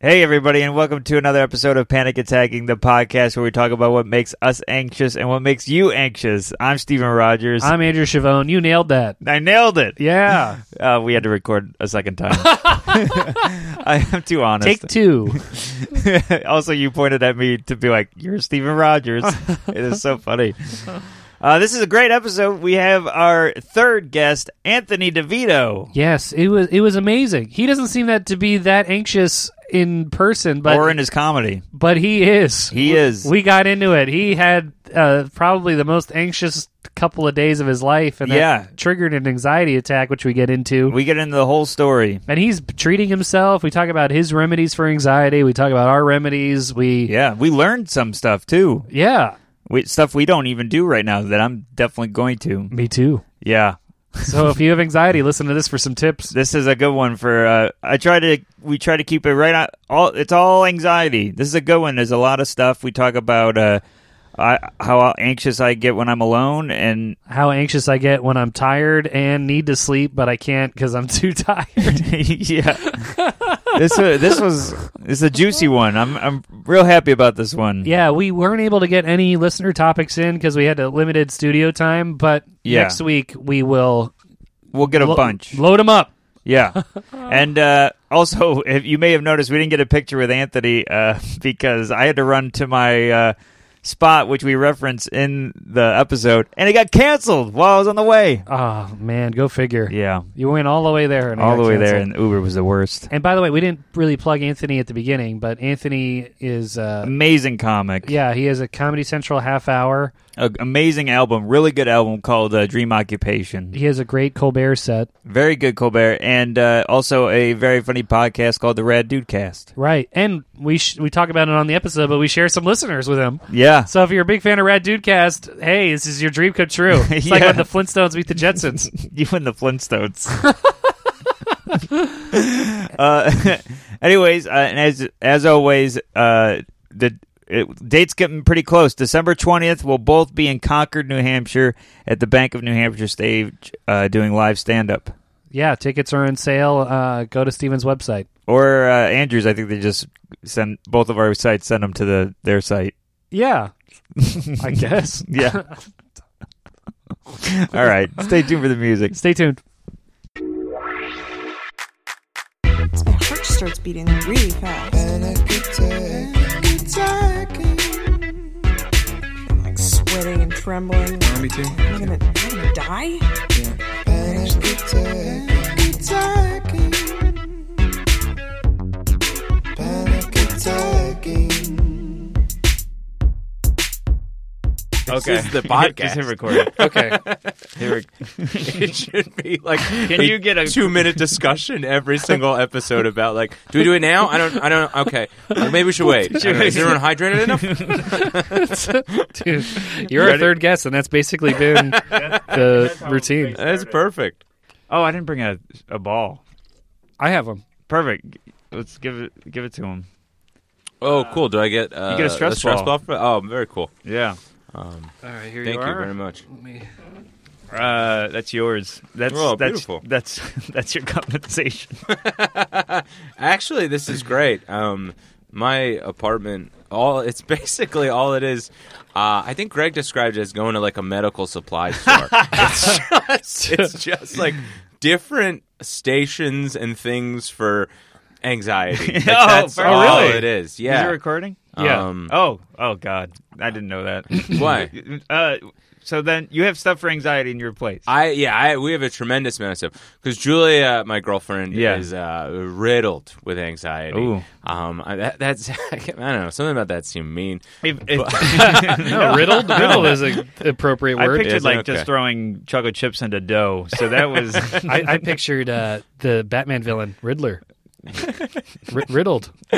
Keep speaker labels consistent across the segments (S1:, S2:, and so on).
S1: Hey, everybody, and welcome to another episode of Panic Attacking, the podcast where we talk about what makes us anxious and what makes you anxious. I'm Stephen Rogers.
S2: I'm Andrew Chavone. You nailed that.
S1: I nailed it.
S2: Yeah.
S1: Uh, we had to record a second time. I am too honest.
S2: Take two.
S1: also, you pointed at me to be like, "You're Stephen Rogers." it is so funny. Uh, this is a great episode. We have our third guest, Anthony DeVito,
S2: Yes, it was it was amazing. He doesn't seem that to be that anxious in person, but
S1: or in his comedy.
S2: but he is.
S1: He is.
S2: We got into it. He had uh, probably the most anxious couple of days of his life, and that
S1: Yeah.
S2: triggered an anxiety attack, which we get into.
S1: We get into the whole story.
S2: and he's treating himself. We talk about his remedies for anxiety. We talk about our remedies. We
S1: Yeah, we learned some stuff too.
S2: yeah
S1: We, stuff we don't even do right now that I'm definitely going to.
S2: me too.
S1: Yeah.
S2: So if you have anxiety, listen to this for some tips.
S1: This is a good one for uh, I try to we try to keep it right on all it's all anxiety. This is a good one. There's a lot of stuff we talk about uh I, how anxious I get when I'm alone and
S2: how anxious I get when I'm tired and need to sleep, but I can't because I'm too tired.
S1: yeah. this uh, this was this is a juicy one. I'm I'm real happy about this one.
S2: yeah, we weren't able to get any listener topics in because we had a limited studio time, but
S1: Yeah.
S2: next week we will
S1: We'll get a
S2: lo-
S1: bunch.
S2: load them up.
S1: Yeah. and uh, also, if you may have noticed, we didn't get a picture with Anthony uh, because I had to run to my uh, spot, which we reference in the episode, and it got canceled while I was on the way.
S2: Oh, man, go figure.
S1: Yeah.
S2: You went all the way there. And it
S1: All the
S2: got
S1: way there,
S2: canceled.
S1: and Uber was the worst.
S2: And by the way, we didn't really plug Anthony at the beginning, but Anthony is, uh,
S1: Amazing comic.
S2: yeah, he has a Comedy Central half hour.
S1: A- amazing album. Really good album called uh, Dream Occupation.
S2: He has a great Colbert set.
S1: Very good, Colbert. And uh, also a very funny podcast called The Rad Dude Cast.
S2: Right. And we, sh- we talk about it on the episode, but we share some listeners with him.
S1: Yeah.
S2: So if you're a big fan of Rad Dudecast, hey, this is your dream come true. It's like
S1: Yeah.
S2: when the Flintstones meet the Jetsons.
S1: you and the Flintstones. uh, anyways, uh, and as as always, uh, the it, dates getting pretty close. December twentieth, we'll both be in Concord, New Hampshire, at the Bank of New Hampshire stage, uh, doing live stand up.
S2: yeah, tickets are on sale. Uh, go to Steven's website.
S1: Or uh, Andrews, I think they just send both of our sites send them to the their site.
S2: Yeah, I guess.
S1: Yeah. All right, stay tuned for the music.
S2: Stay tuned.
S3: My heart starts beating really fast.
S4: And I keep tagging.
S3: I'm like sweating and trembling. Am
S4: Me too.
S3: I gonna, am I gonna die?
S4: And I keep tagging. Panic attacking.
S1: Okay,
S5: is the podcast.
S1: Just hit record.
S5: Okay.
S1: Hit rec-
S5: it should be like
S1: Can you get a-
S5: two minute discussion every single episode about like do we do it now? I don't I don't okay. Well, maybe we should wait. I don't know. Is everyone hydrated enough?
S2: Dude, you're our third guest, and that's basically been the routine.
S5: That's perfect.
S1: oh, I didn't bring a a ball.
S2: I have them.
S1: Perfect. Let's give it give it to him.
S5: Oh, cool. Do I get uh,
S1: You get a stress
S5: the stress
S1: ball.
S5: ball? for- oh, very cool.
S1: Yeah.
S2: All right, here
S5: Thank you, very much.
S1: Uh, that's yours. That's
S5: Oh,
S1: that's
S5: beautiful.
S1: that's that's your compensation.
S5: Actually, this is great. Um, my apartment, all it's basically all it is. Uh, I think Greg described it as going to like a medical supply store. it's, just, it's just like different stations and things for anxiety. Like,
S1: Oh,
S5: that's
S1: for- oh,
S5: all
S1: really?
S5: it is.
S1: Is it
S5: Yeah.
S1: recording?
S2: Yeah.
S5: Um,
S1: Oh, oh God, I didn't know that.
S5: Why?
S1: Uh, so then you have stuff for anxiety in your place.
S5: I yeah, I, we have a tremendous amount of stuff because Julia, my girlfriend,
S1: Yeah.
S5: is uh, riddled with anxiety.
S1: Ooh.
S5: Um, I, that, that's I don't know something about that seemed mean.
S1: If- if-
S2: No, riddled. Riddled is an appropriate
S1: I
S2: word.
S1: pictured
S5: Isn't
S1: like
S5: okay.
S1: just throwing chocolate chips into dough. So that was
S2: I, I pictured uh, the Batman villain Riddler. R- riddled,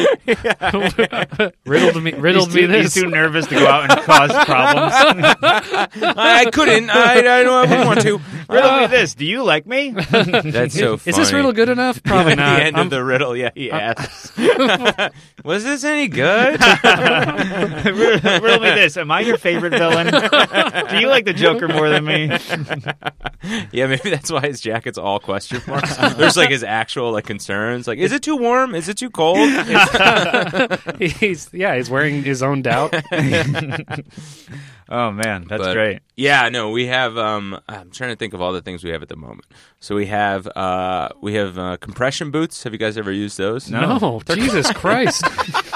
S2: riddled me, riddled
S1: he's
S2: me
S1: too,
S2: this.
S1: He's too nervous to go out and cause problems.
S5: I, I couldn't. I, I don't. I wouldn't want to.
S1: riddle me this. Do you like me?
S5: That's so funny.
S2: Is this riddle good enough? Probably
S5: At
S2: not. Um,
S5: the end
S2: I'm-
S5: of the riddle, yeah, he asks, "Was this any good?"
S1: riddle riddle me this. Am I your favorite villain? Do you like the Joker more than me?
S5: yeah, maybe that's why his jacket's all question marks. There's like his actual like concerns, like, "Is it too warm? Is it too cold?"
S2: he's yeah, he's wearing his own doubt.
S1: Oh man, that's
S5: But-
S1: great.
S5: Yeah, no, we have. Um, I'm trying to think of all the things we have at the moment. So we have, uh, we have uh, compression boots. Have you guys ever used those?
S2: No, Jesus Christ,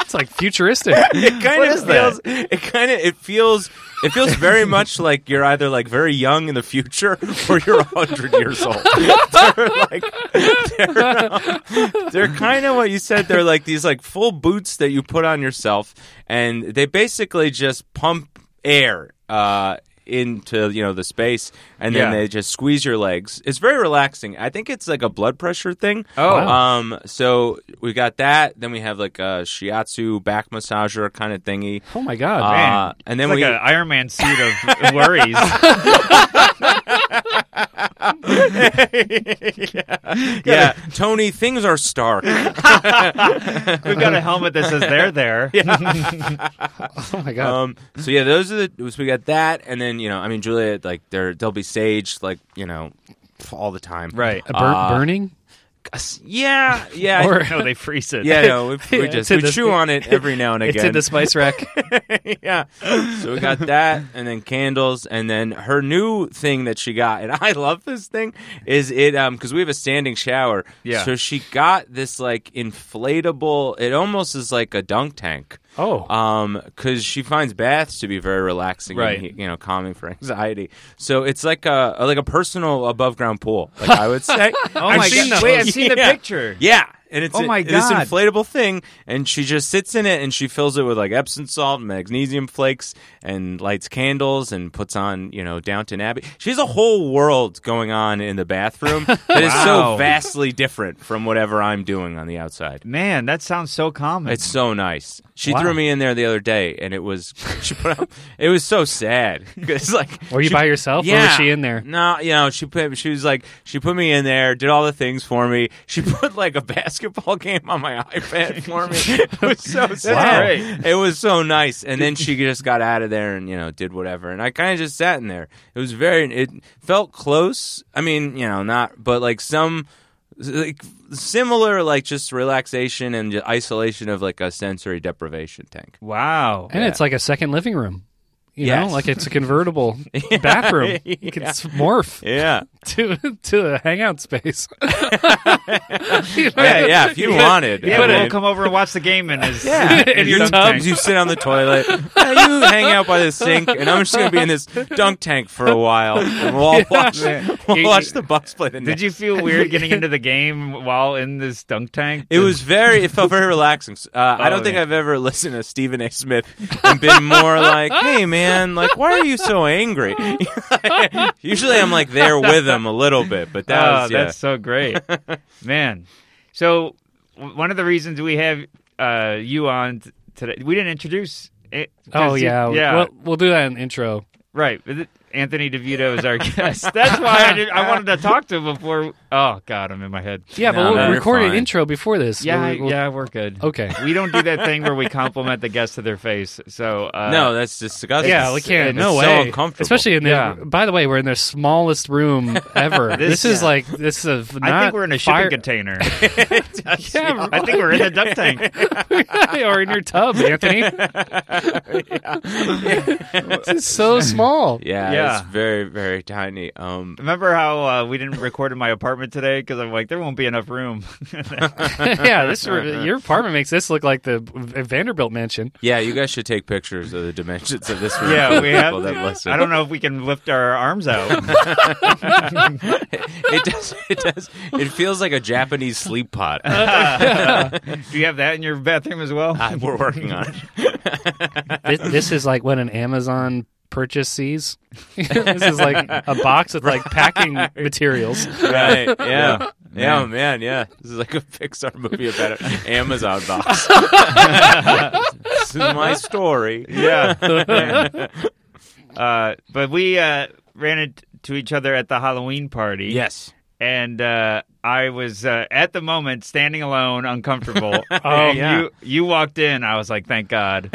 S2: it's like futuristic.
S5: It kind
S1: What
S5: of
S1: is that?
S5: feels. It kind of. It feels. It feels very much like you're either like very young in the future or you're hundred years old. they're like they're, um, they're kind of what you said. They're like these like full boots that you put on yourself, and they basically just pump air. Uh, into you know the space and then
S1: Yeah.
S5: they just squeeze your legs it's very relaxing i think it's like a blood pressure thing
S1: Oh.
S5: um so we got that then we have like a shiatsu back massager kind of thingy
S2: Oh my God,
S5: Uh,
S2: man.
S1: Man,
S5: and then
S1: it's
S5: we-
S1: like an Iron Man suit of worries.
S5: yeah tony things are stark
S1: We've got a helmet that says they're there.
S2: Oh my God.
S5: um so yeah those are the so we got that and then you know i mean julia like they're they'll be saged like you know all the time
S1: Right.
S2: A bur-
S5: uh,
S2: burning?
S5: yeah yeah
S2: Or-
S1: No, they freeze it.
S5: yeah no we, we
S2: Yeah,
S5: just
S2: it's in
S5: we
S2: the-
S5: chew on it every now and
S2: It's
S5: again
S2: in the spice rack.
S5: yeah. So we got that, and then candles, and then her new thing that she got, and I love this thing. Is it um because we have a standing shower?
S1: Yeah.
S5: So she got this like inflatable. It almost is like a dunk tank.
S2: Oh.
S5: Um, because she finds baths to be very relaxing,
S1: Right.
S5: And, you know, calming for anxiety. So it's like a like a personal above ground pool. Like I would say.
S1: Oh
S5: I've
S1: my
S5: seen
S1: god!
S5: those.
S1: Wait, I've seen the
S5: Yeah.
S1: picture.
S5: Yeah. And it's
S1: Oh
S5: a-
S1: my
S5: this
S1: God.
S5: inflatable thing, and she just sits in it and she fills it with like Epsom salt, and magnesium flakes, and lights candles and puts on you know Downton Abbey. She has a whole world going on in the bathroom that is
S1: Wow.
S5: so vastly different from whatever I'm doing on the outside.
S1: Man, that sounds so common.
S5: It's so nice. She
S1: Wow.
S5: threw me in there the other day, and it was she put up. It was so sad. It's like
S2: Were you
S5: she-
S2: by yourself, or was she in there?
S5: No, you know she put. She was like she put me in there, did all the things for me. She put like a basketball game on my iPad for me. It was so sad.
S1: great.
S5: It was so nice. And then she just got out of there and you know did whatever. And I kind of just sat in there. It was very. It felt close. I mean, you know, not but like some like similar like just relaxation and just isolation of like a sensory deprivation tank.
S1: Wow.
S2: And it's like a second living room. You
S5: Yes.
S2: know, like it's a convertible bathroom. You can s- morph
S5: Yeah.
S2: to to a hangout space. You know?
S5: Yeah, yeah, if you wanted.
S1: Yeah,
S5: I
S1: we'll
S5: mean-
S1: come over and watch the game in his
S5: Yeah,
S1: in
S5: your
S1: his
S5: tubs.
S1: dunk
S5: You sit on the toilet. Yeah, you hang out by the sink, and I'm just gonna be in this dunk tank for a while. And we'll all watch. We'll
S2: You-
S5: watch the Bucks play the.
S1: Did you feel weird getting into the game while in this dunk tank?
S5: It was very. It felt very relaxing. Uh, I don't
S1: Oh,
S5: think
S1: yeah.
S5: I've ever listened to Stephen A. Smith and been more like, "Hey, man, like, why are you so angry?" Usually, I'm like there with him a little bit, but that
S1: Oh,
S5: was yeah.
S1: that's so great, man. So w- one of the reasons we have uh, you on t- today, we didn't introduce. It, 'cause
S2: Oh
S1: you-
S2: yeah,
S1: yeah,
S2: We'll, we'll do that in the intro.
S1: right. Is it- Anthony DeVito is our guest. That's why I, did, I wanted to talk to him before. Oh God, I'm in my head.
S2: Yeah,
S5: No,
S2: but
S5: no,
S2: we'll
S5: you're
S2: record an
S5: fine.
S2: intro before this.
S1: Yeah,
S2: We'll- we'll-
S1: yeah, we're good.
S2: Okay.
S1: We don't do that thing where we compliment the guest to their face. So uh,
S5: no, that's disgusting.
S2: Yeah, we can't.
S5: It's
S2: No
S5: so
S2: way.
S5: uncomfortable.
S2: Especially in the.
S1: Yeah.
S2: By the way, we're in the smallest room ever.
S1: This-
S2: this is like this is. Not
S1: I think we're in a shipping
S2: fire-
S1: container.
S2: Yeah,
S1: I think we're in a duck tank.
S2: or in your tub, Anthony. this is so small.
S5: Yeah,
S1: Yeah.
S5: it's very, very tiny. Um,
S1: Remember how uh, we didn't record in my apartment today because I'm like there won't be enough room.
S2: yeah, this your apartment makes this look like the Vanderbilt mansion.
S5: Yeah, you guys should take pictures of the dimensions of this room.
S1: yeah,
S5: for
S1: we
S5: people
S1: have.
S5: that listen.
S1: I don't know if we can lift our arms out.
S5: It does. It does. It feels like a Japanese sleep pod.
S1: Do you have that in your bathroom as well?
S5: Uh, we're working on it.
S2: This, this is like when an Amazon purchase sees. this is like a box with like packing materials.
S5: Right. Yeah. Yeah, man. Yeah, this is like a Pixar movie about an Amazon box. this is my story.
S1: yeah. uh, but we uh, ran it
S6: to each other at the Halloween party.
S5: Yes.
S6: and uh, I was uh, at the moment standing alone, uncomfortable.
S2: Oh,
S6: And
S5: yeah.
S6: you you walked in. I was like, thank God.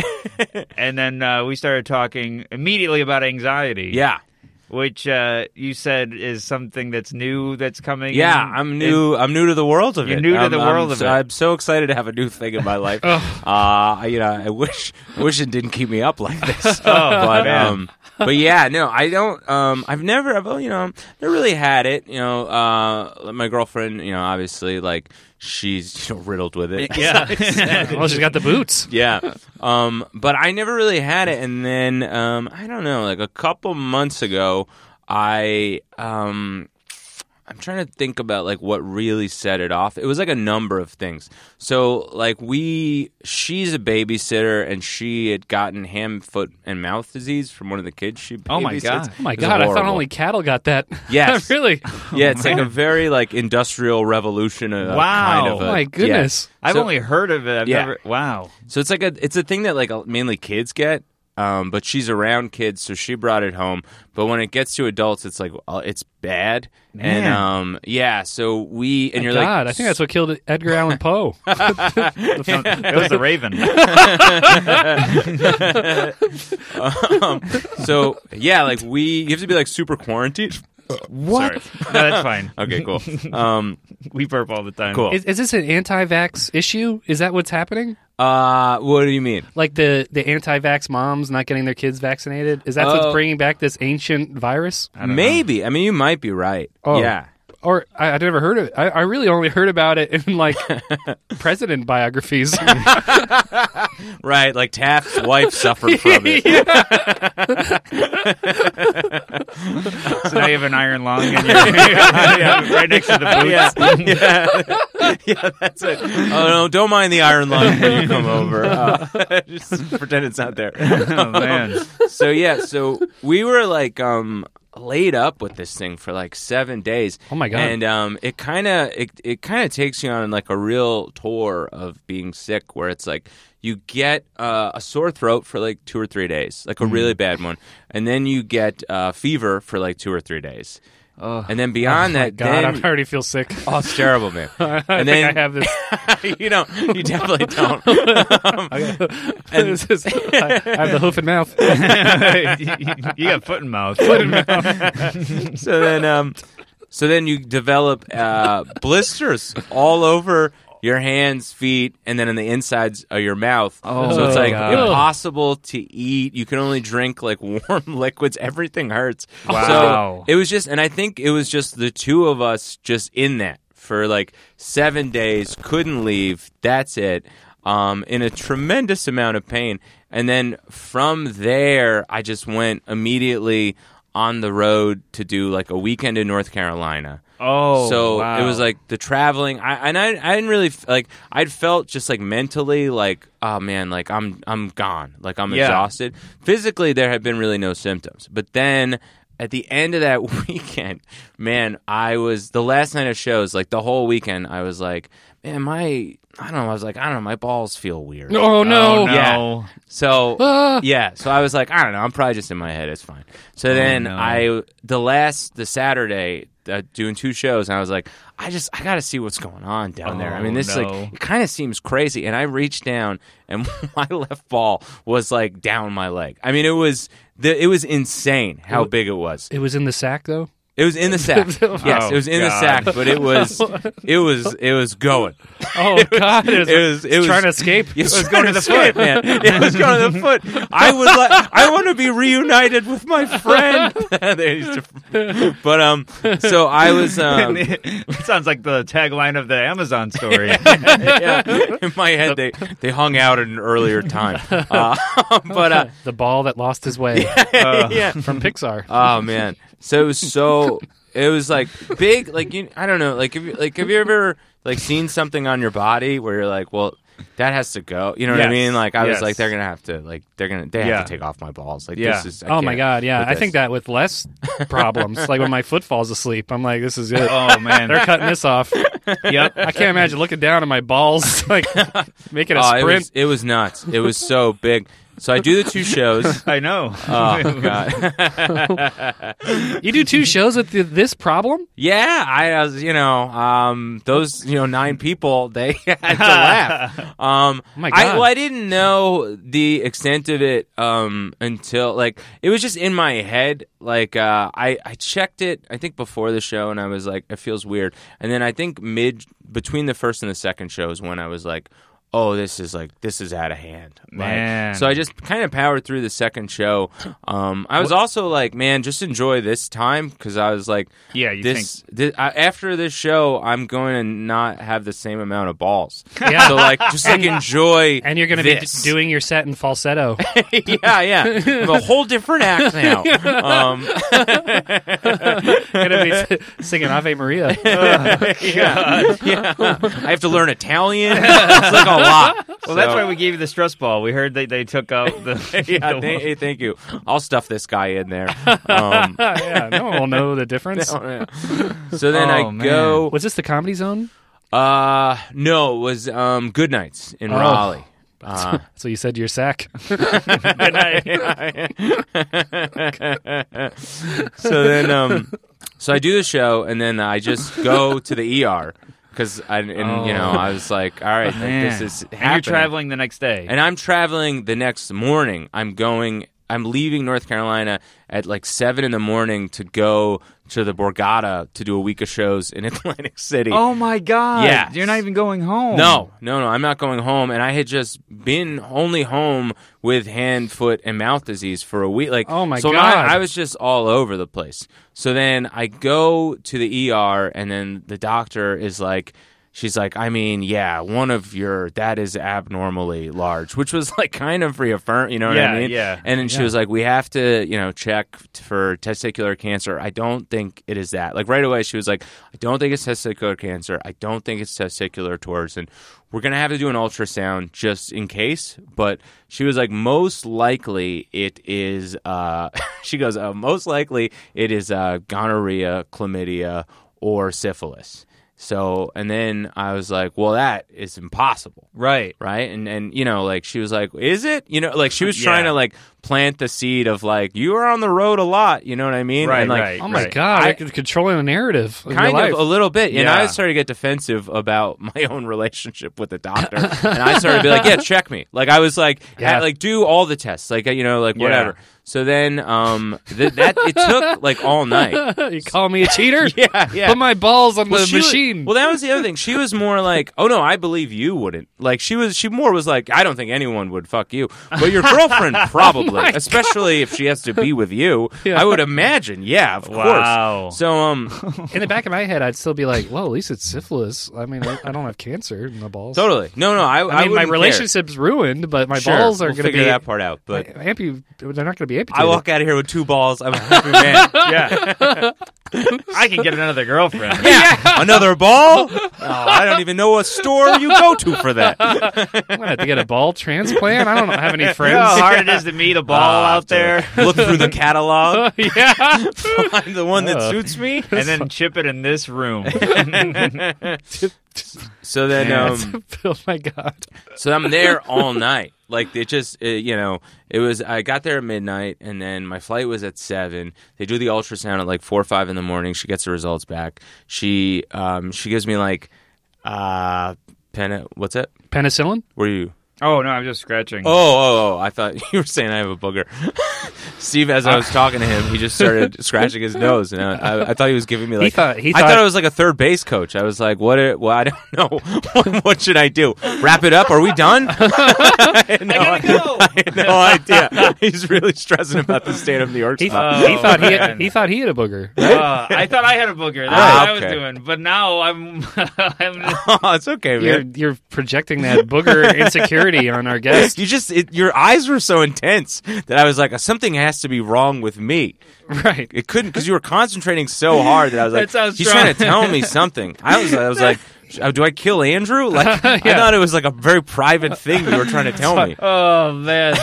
S6: and then uh, we started talking immediately about anxiety.
S5: Yeah.
S6: which uh, you said is something that's new that's coming.
S5: Yeah,
S6: in.
S5: I'm new. I'm new to the world of
S6: You're
S5: it.
S6: new to
S5: I'm-
S6: the
S5: I'm
S6: world of
S5: so-
S6: it. Oh.
S5: I'm so excited to have a new thing in my life. uh, I- you know, I wish wish it didn't keep me up like this. but
S6: Oh, man.
S5: um, but yeah, no, I don't. Um, I've never. I've you know, never really had it. You know, uh, my girlfriend. You know, obviously, like she's you know riddled with it.
S6: Yeah.
S2: well, Oh, she's got the boots.
S5: yeah. Um, but I never really had it, and then um, I don't know, like a couple months ago, I um, I'm trying to think about like what really set it off. It was like a number of things. So like we, she's a babysitter, and she had gotten hand, foot, and mouth disease from one of the kids she.
S6: Oh, my
S5: babysits.
S6: God.
S2: Oh my
S5: It was
S2: god! I thought
S5: horrible.
S2: only cattle got that.
S5: Yes.
S2: really.
S5: Yeah, it's like a very like industrial revolution. Uh,
S6: Wow.
S5: kind of a-
S6: Oh,
S2: my
S5: yeah.
S2: goodness.
S6: I've
S5: So-
S6: only heard of it. I've
S5: Yeah.
S6: never. Wow.
S5: So it's like a it's a thing that like mainly kids get. Um, but she's around kids, so she brought it home. But when it gets to adults, it's like uh, it's bad.
S6: Man.
S5: And um, yeah, so we and you're
S2: God,
S5: like,
S2: I think that's what killed Edgar Allan Poe.
S6: It was the Raven.
S5: so yeah, like we you have to be like super quarantined.
S6: what? No, that's fine.
S5: Okay, cool. Um,
S6: We burp all the time.
S5: Cool.
S2: Is, is this an anti-vax issue? Is that what's happening?
S5: uh, what do you mean?
S2: Like the the anti-vax moms not getting their kids vaccinated? Is that
S5: Oh.
S2: what's bringing back this ancient virus?
S5: Maybe I mean you might be right.
S2: Oh.
S5: Yeah.
S2: Or I, I never heard of it. I, I really only heard about it in like president biographies.
S5: Right, like Taft's wife suffered from it.
S6: So now you have an iron lung in your, yeah, right next to the boots.
S5: yeah, that's it. Oh no, don't mind the iron lung when you come over. Uh, just pretend it's not there.
S6: Oh man.
S5: So yeah, so we were like um laid up with this thing for like seven days.
S2: Oh, my God.
S5: And um, it kind of it it kind of takes you on like a real tour of being sick, where it's like you get uh, a sore throat for like two or three days, like a
S2: Mm.
S5: really bad one, and then you get uh, fever for like two or three days. and then beyond that,
S2: Oh God,
S5: then
S2: I already feel sick.
S5: oh, it's terrible, man.
S2: I
S5: and
S2: think
S5: then
S2: I have this.
S5: you don't. You definitely don't.
S2: this is, I, I have the hoof and mouth. Oh,
S6: you got foot and mouth. Foot and mouth.
S5: so then, um, so then you develop uh, blisters all over your hands, feet, and then in the insides of your mouth. Oh, so it's like
S2: God.
S5: impossible to eat. You can only drink like warm liquids. Everything hurts.
S6: Wow.
S5: So it was just, and I think it was just the two of us just in that for like seven days. Couldn't leave. That's it. Um, in a tremendous amount of pain. And then from there, I just went immediately on the road to do like a weekend in North Carolina.
S6: Oh,
S5: so
S6: wow.
S5: it was like the traveling. I and I, I didn't really f- like. I'd felt just like mentally, like oh man, like I'm I'm gone, like I'm
S6: Yeah.
S5: exhausted. Physically, there had been really no symptoms, but then at the end of that weekend, man, I was the last night of shows, like the whole weekend, I was like, man, my I don't know, I was like, I don't know, my balls feel weird.
S2: Oh no!
S6: Oh, no.
S5: Yeah. So
S2: Ah.
S5: yeah, so I was like, I don't know, I'm probably just in my head. It's fine. So then
S6: no.
S5: I the last the Saturday uh, doing two shows, and I was like, I just I got to see what's going on down there. I mean,
S6: Oh,
S5: this is
S6: no.
S5: like it kind of seems crazy. And I reached down, and my left ball was like down my leg. I mean, it was the it was insane how big it was.
S2: It was in the sack though.
S5: It was in the sack. yes, it was in the
S6: God.
S5: sack, but it was it was it was going.
S2: Oh God! It was,
S5: It was it was
S2: trying to escape.
S5: It was going to the foot, man. It was going to the foot. I would like. I want to be reunited with my friend. They used to- but um, so I was um,
S6: That sounds like the tagline of the Amazon story.
S5: yeah, in my head. They they hung out at an earlier time, uh, but uh,
S2: the ball that lost his way
S6: Uh,
S5: yeah,
S2: from Pixar.
S5: Oh man, so it was so it was like big. Like you, I don't know. Like if you, like have you ever like seen something on your body where you're like, well, that has to go. You know what
S6: Yes.
S5: I mean? Like I was
S6: Yes.
S5: like, they're gonna have to like they're gonna they
S6: Yeah.
S5: have to take off my balls. Like
S6: Yeah.
S5: this is I
S2: oh my
S5: can't
S2: God! Yeah,
S5: with
S2: I
S5: this.
S2: think that with less problems, like when my foot falls asleep, I'm like, this is good.
S6: oh man.
S2: They're cutting this off.
S6: yep.
S2: I can't imagine looking down at my balls, like making a
S5: Oh, it
S2: sprint.
S5: was, it was nuts. It was so big. So I do the two shows.
S6: I know.
S5: Oh God!
S2: You do two shows with th- this problem?
S5: Yeah, I, I was, you know, um, those, you know, nine people, they had to laugh. Um,
S2: Oh my
S5: I,
S2: God.
S5: well, I didn't know the extent of it um, until like it was just in my head. Like uh, I, I checked it, I think before the show, and I was like, it feels weird. And then I think mid between the first and the second show is when I was like, oh, this is like this is out of hand, Like,
S6: Man.
S5: so I just kind of powered through the second show. Um, I was also like, man, just enjoy this time because I was like,
S6: Yeah, you
S5: this, thi- I, after this show, I'm going to not have the same amount of balls.
S2: Yeah.
S5: So like, just like enjoy.
S2: And you're going to be d-
S5: this.
S2: doing your set in falsetto.
S5: yeah, yeah, I have a whole different act now. Um,
S2: You're going to be s- singing Ave Maria.
S5: yeah, yeah. I have to learn Italian. It's like a lot. Uh,
S6: Well, that's why we gave you the stress ball. We heard that they took out the.
S5: Yeah,
S6: the-
S5: thank, hey, thank you. I'll stuff this guy in there. Um,
S2: yeah, no one will know the difference.
S5: so then
S6: Oh,
S5: I
S6: man.
S5: go.
S2: Was this the Comedy Zone?
S5: Uh no, it was um Good Nights in
S2: Oh.
S5: Raleigh. Uh,
S2: So you said your sack.
S5: so then um so I do the show and then I just go to the ER cuz I and you know, I was like, all right, like,
S6: Oh. Man.
S5: this is happening.
S6: And you're traveling the next day.
S5: And I'm traveling the next morning. I'm going. I'm leaving North Carolina at like seven in the morning to go to the Borgata to do a week of shows in Atlantic City.
S6: oh my God!
S5: Yeah.
S6: you're not even going home.
S5: No, no, no. I'm not going home. And I had just been only home with hand, foot, and mouth disease for a week. Like,
S2: Oh, my
S5: so
S2: God.
S5: I, I was just all over the place. So then I go to the ER, and then the doctor is like. She's like, I mean, yeah, one of your that is abnormally large, which was like kind of reaffirm, you know what
S6: Yeah,
S5: I mean?
S6: yeah.
S5: And then she was like, "We have to, you know, check t- for testicular cancer. I don't think it is that." Like right away, she was like, "I don't think it's testicular cancer. I don't think it's testicular torsion. We're gonna have to do an ultrasound just in case." But she was like, "Most likely it is." Uh, she goes, uh, "Most likely it is uh, gonorrhea, chlamydia, or syphilis." So, and then I was like, "Well, that is impossible."
S6: right?
S5: right and and you know like she was like is it you know like she was
S6: Yeah.
S5: trying to like plant the seed of like you are on the road a lot you know what i mean
S6: Right,
S5: and like
S6: right.
S2: Oh my
S6: Right.
S2: God!
S5: I-
S2: I, could controlling the narrative. Of your
S5: kind
S2: life.
S5: of a little bit and
S6: Yeah.
S5: i started to get defensive about my own relationship with the doctor and i started to be like yeah check me like i was like
S2: Yeah.
S5: I- like do all the tests like you know like
S6: Yeah.
S5: whatever so then um th- that it took like all night
S2: you call me a cheater?
S5: yeah yeah
S2: Put my balls on the
S5: she was-
S2: machine.
S5: well, that was the other thing. She was more like, "Oh no, I believe you wouldn't." Like she was, she more was like, "I don't think anyone would fuck you, but your
S2: Oh
S5: girlfriend probably, especially if she has to be with you."
S2: Yeah.
S5: I would imagine. Yeah, of
S6: Wow.
S5: course. So, um,
S2: in the back of my head, I'd still be like, "Well, at least it's syphilis. I mean, I, I don't have cancer in the balls.
S5: totally. No, no.
S2: I
S5: I, I,
S2: mean, my
S5: wouldn't care.
S2: relationship's ruined, but my
S5: Sure,
S2: balls are
S5: we'll
S2: going to
S5: figure
S2: be
S5: that part out, but.
S2: ampu- They're not going to be amputated.
S5: I walk out of here with two balls. I'm a happy man.
S6: Yeah, I can get another girlfriend.
S5: Yeah. Another ball? Oh, I don't even know what store you go to for that.
S2: I'm going to have to get a ball transplant. I don't have any
S6: You know how
S2: friends.
S6: hard it is to meet a ball
S5: I'll have
S6: out
S5: to
S6: there,
S5: Look through the catalog.
S2: yeah,
S5: Find the one that
S2: Uh.
S5: suits me.
S6: and then chip it in this room.
S5: So then, um,
S2: oh my God!
S5: So I'm there all night. Like it just, uh you know, it was. I got there at midnight, and then my flight was at seven. They do the ultrasound at like four or five in the morning. She gets the results back. She, um, she gives me like, uh, pen. What's it?
S2: Penicillin.
S5: Were you?
S6: oh no, I'm just scratching.
S5: Oh, oh, oh! I thought you were saying I have a booger. Steve, as I was talking to him, he just started scratching his nose, and I, I, I thought he was giving me like
S2: thought- he
S5: I thought
S2: thought-
S5: I was like a third base coach. I was like, what? Are, well, I don't know. what, what should I do? Wrap it up? Are we done? I had no, I had no idea. He's really stressing about the state of New York.
S2: He,
S5: spot.
S6: Oh,
S2: he thought he
S6: man.
S2: had, he thought he had a booger.
S6: Uh, I thought I had a booger. That's
S5: Ah,
S6: what I was
S5: okay.
S6: doing, but now I'm. I'm
S5: oh, it's okay,
S2: You're
S5: man.
S2: you're projecting that booger insecurity on our guest.
S5: You just it, your eyes were so intense that I was like, something has to be wrong with me.
S2: Right.
S5: It couldn't because you were concentrating so hard that I was like,
S6: That's how
S5: he's trying to
S6: strong-
S5: tell me something. I was, I was like, "Oh, do I kill Andrew? Like I thought it was like a very private thing you were trying to tell me.
S1: Oh man,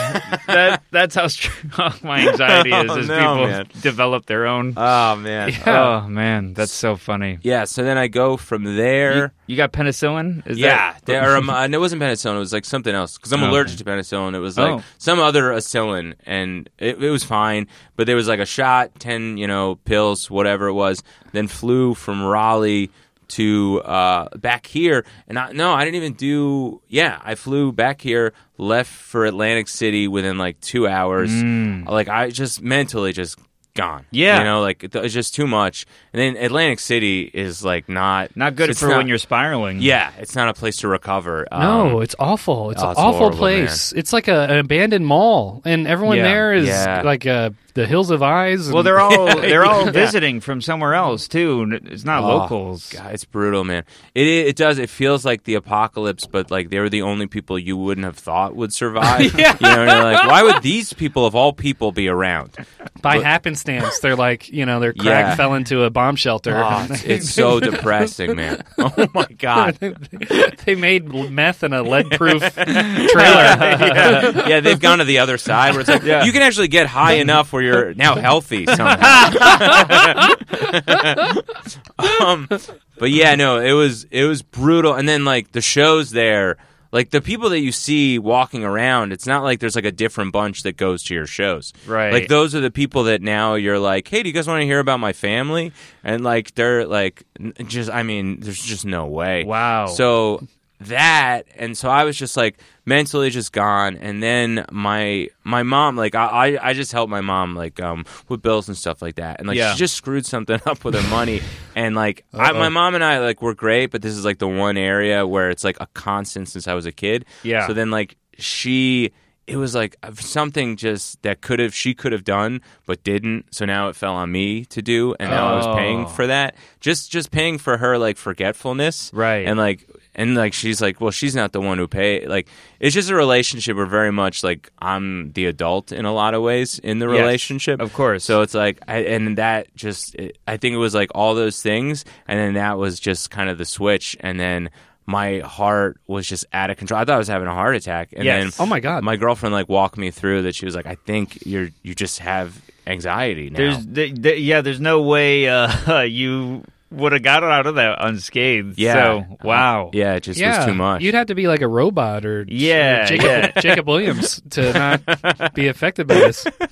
S1: that that's how strong my anxiety is.
S5: Oh,
S1: As
S5: no,
S1: people
S5: man.
S1: develop their own.
S5: Oh man. Oh.
S1: Oh man, that's so funny.
S5: Yeah, so then I go from there.
S1: You, you got penicillin? Is
S5: yeah,
S1: that-
S5: there, um, uh, and it wasn't penicillin. It was like something else because I'm
S1: Oh,
S5: allergic to penicillin. It was like
S1: Oh.
S5: some other acillin, and it, it was fine. But there was like a shot, ten, you know, pills, whatever it was. Then flew from Raleigh to uh, back here, and I, no, I didn't even do. Yeah, I flew back here, left for Atlantic City within like two hours. Like I just mentally just gone.
S1: Mm. Yeah.
S5: you know, like it- it's just too much. And then Atlantic City is like not
S6: Not good
S5: it's
S6: for when you're spiraling.
S5: yeah, it's not a place to recover.
S2: No,
S5: Um,
S2: it's awful. It's
S5: oh,
S2: an
S5: it's
S2: awful
S5: horrible,
S2: place. It's like a, an abandoned mall, and everyone
S1: Yeah.
S2: there is
S5: Yeah.
S2: like uh, the Hills of Eyes. and-
S6: Well, they're all they're all visiting from somewhere else too. and It's not
S5: oh,
S6: locals.
S5: God, it's brutal, man. It i- it does. It feels like the apocalypse, but like they were the only people you wouldn't have thought would survive. yeah, you know, and you're like, why would these people of all people be around?
S2: by happenstance. They're like you know their crag
S5: Yeah.
S2: fell into a bomb shelter.
S5: Oh, it's, it's so depressing, man. Oh my god.
S2: they made meth in a lead-proof trailer.
S5: yeah. yeah, they've gone to the other side where it's like you can actually get high enough where you're now healthy somehow. um, but yeah, no, it was it was brutal. And then like the shows there, like the people that you see walking around, it's not like there's like a different bunch that goes to your shows.
S1: Right.
S5: Like those are the people that now you're like, hey, do you guys want to hear about my family? And like they're like, n- just I mean, there's just no way.
S1: Wow.
S5: So that and so I was just like mentally just gone and then my my mom like I I, I just helped my mom like um with bills and stuff like that and like
S1: Yeah.
S5: she just screwed something up with her money and like I, my mom and I like were great but this is like the one area where it's like a constant since I was a kid
S1: Yeah.
S5: so then like she it was like something just that could have she could have done but didn't so now it fell on me to do and now I was paying
S1: Oh.
S5: for that just just paying for her like forgetfulness
S1: Right.
S5: and like and like she's like well she's not the one who pay like it's just a relationship where very much like i'm the adult in a lot of ways in the
S1: Yes,
S5: relationship
S1: of course.
S5: so it's like I, and that just it, i think it was like all those things and then that was just kind of the switch and then my heart was just out of control i thought i was having a heart attack and
S1: Yes.
S5: then
S2: Oh my god!
S5: my girlfriend like walked me through that she was like i think you're you just have anxiety now
S6: There's th th yeah. There's no way uh, you would have got out of that unscathed.
S5: yeah Uh,
S6: So, wow.
S5: yeah it just
S2: yeah,
S5: was too much
S2: You'd have to be like a robot or
S6: Yeah,
S2: or Jacob,
S6: yeah.
S2: Jacob Williams to not be affected by this.
S5: people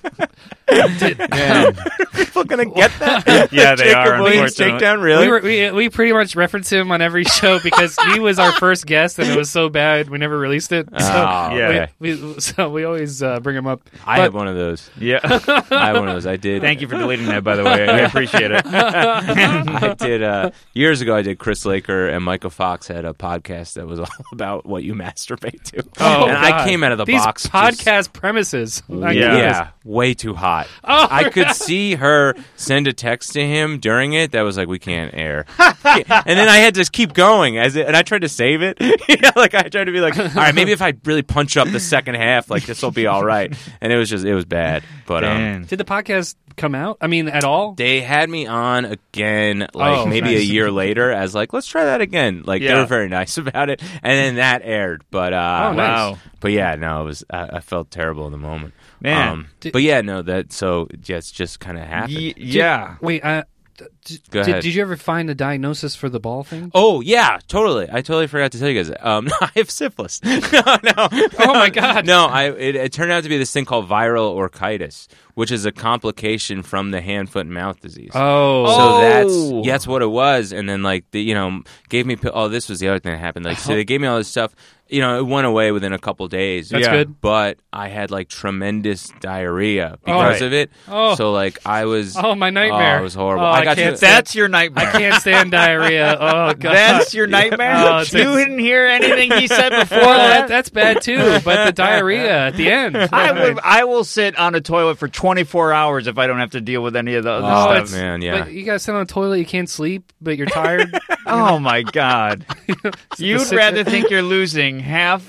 S5: gonna get that
S6: Yeah, they are. unfortunately.
S5: takedown really
S2: We, were, we we pretty much reference him on every show because he was our first guest and it was so bad we never released it. So,
S5: Oh,
S6: yeah.
S2: we, we, so we always uh, bring him up.
S5: I
S2: But-
S5: had one of those.
S6: Yeah.
S5: I had one of those. I did.
S6: Thank you for deleting that, by the way. I appreciate it.
S5: I did uh, years ago. I did Chris Laker and Michael Fox had a podcast that was all about what you masturbate to.
S2: Oh,
S5: and I
S2: God.
S5: came out of the
S2: These
S5: box. just-
S2: podcast premises. I
S6: Yeah.
S5: yeah.
S2: get this.
S5: way too hot.
S2: Oh,
S5: I could see her send a text to him during it that was like, "We can't air," and then I had to keep going as it, and I tried to save it. You know, like I tried to be like, "All right, maybe if I really punch up the second half, like this will be all right." And it was just, it was bad. But um,
S6: Man.
S2: Did the podcast come out? I mean, at all?
S5: They had me on again, like
S2: Oh,
S5: maybe a
S2: nice.
S5: year later, as like, let's try that again. Like they
S1: Yeah.
S5: were very nice about it, and then that aired. But uh,
S2: Oh, nice. Wow.
S5: But yeah, no, it was. I, I felt terrible in the moment. Um,
S6: Man.
S2: Did-
S5: but yeah, no, that so yes, just kind of happened.
S6: Y-
S2: Did-
S6: yeah.
S2: Wait. Uh, d- d-
S5: Go
S2: did,
S5: ahead.
S2: did you ever find a diagnosis for the ball thing?
S5: Oh yeah, totally. I totally forgot to tell you guys. that. Um, I have syphilis. no, no.
S2: Oh, my God.
S5: No, I it, it turned out to be this thing called viral orchitis, which is a complication from the hand, foot, and mouth disease.
S2: Oh.
S5: So
S6: Oh.
S5: that's yeah, that's what it was. And then like the, you know gave me pill- oh this was the other thing that happened. Like so they gave me all this stuff. You know it went away within a couple days.
S2: That's Yeah. good.
S5: But I had like tremendous diarrhea
S2: Right.
S5: because of it.
S2: Oh.
S5: So like I was
S2: Oh, my nightmare.
S5: Oh, it was horrible.
S2: Oh,
S5: I
S2: I
S5: got
S2: can't
S5: to,
S2: stand-
S6: That's your nightmare.
S2: I can't stand diarrhea. Oh god.
S6: That's your nightmare.
S2: Oh, it's-
S6: you didn't hear anything he said before
S2: well, that,
S6: that.
S2: that's bad too. But the diarrhea at the end.
S6: I would. I will sit on a toilet for 24 hours if I don't have to deal with any of the other
S5: Oh,
S6: stuff.
S5: it's- man, yeah.
S2: But you gotta sit on a toilet. You can't sleep, but you're tired.
S6: Oh my god! You'd rather think you're losing
S1: missing half.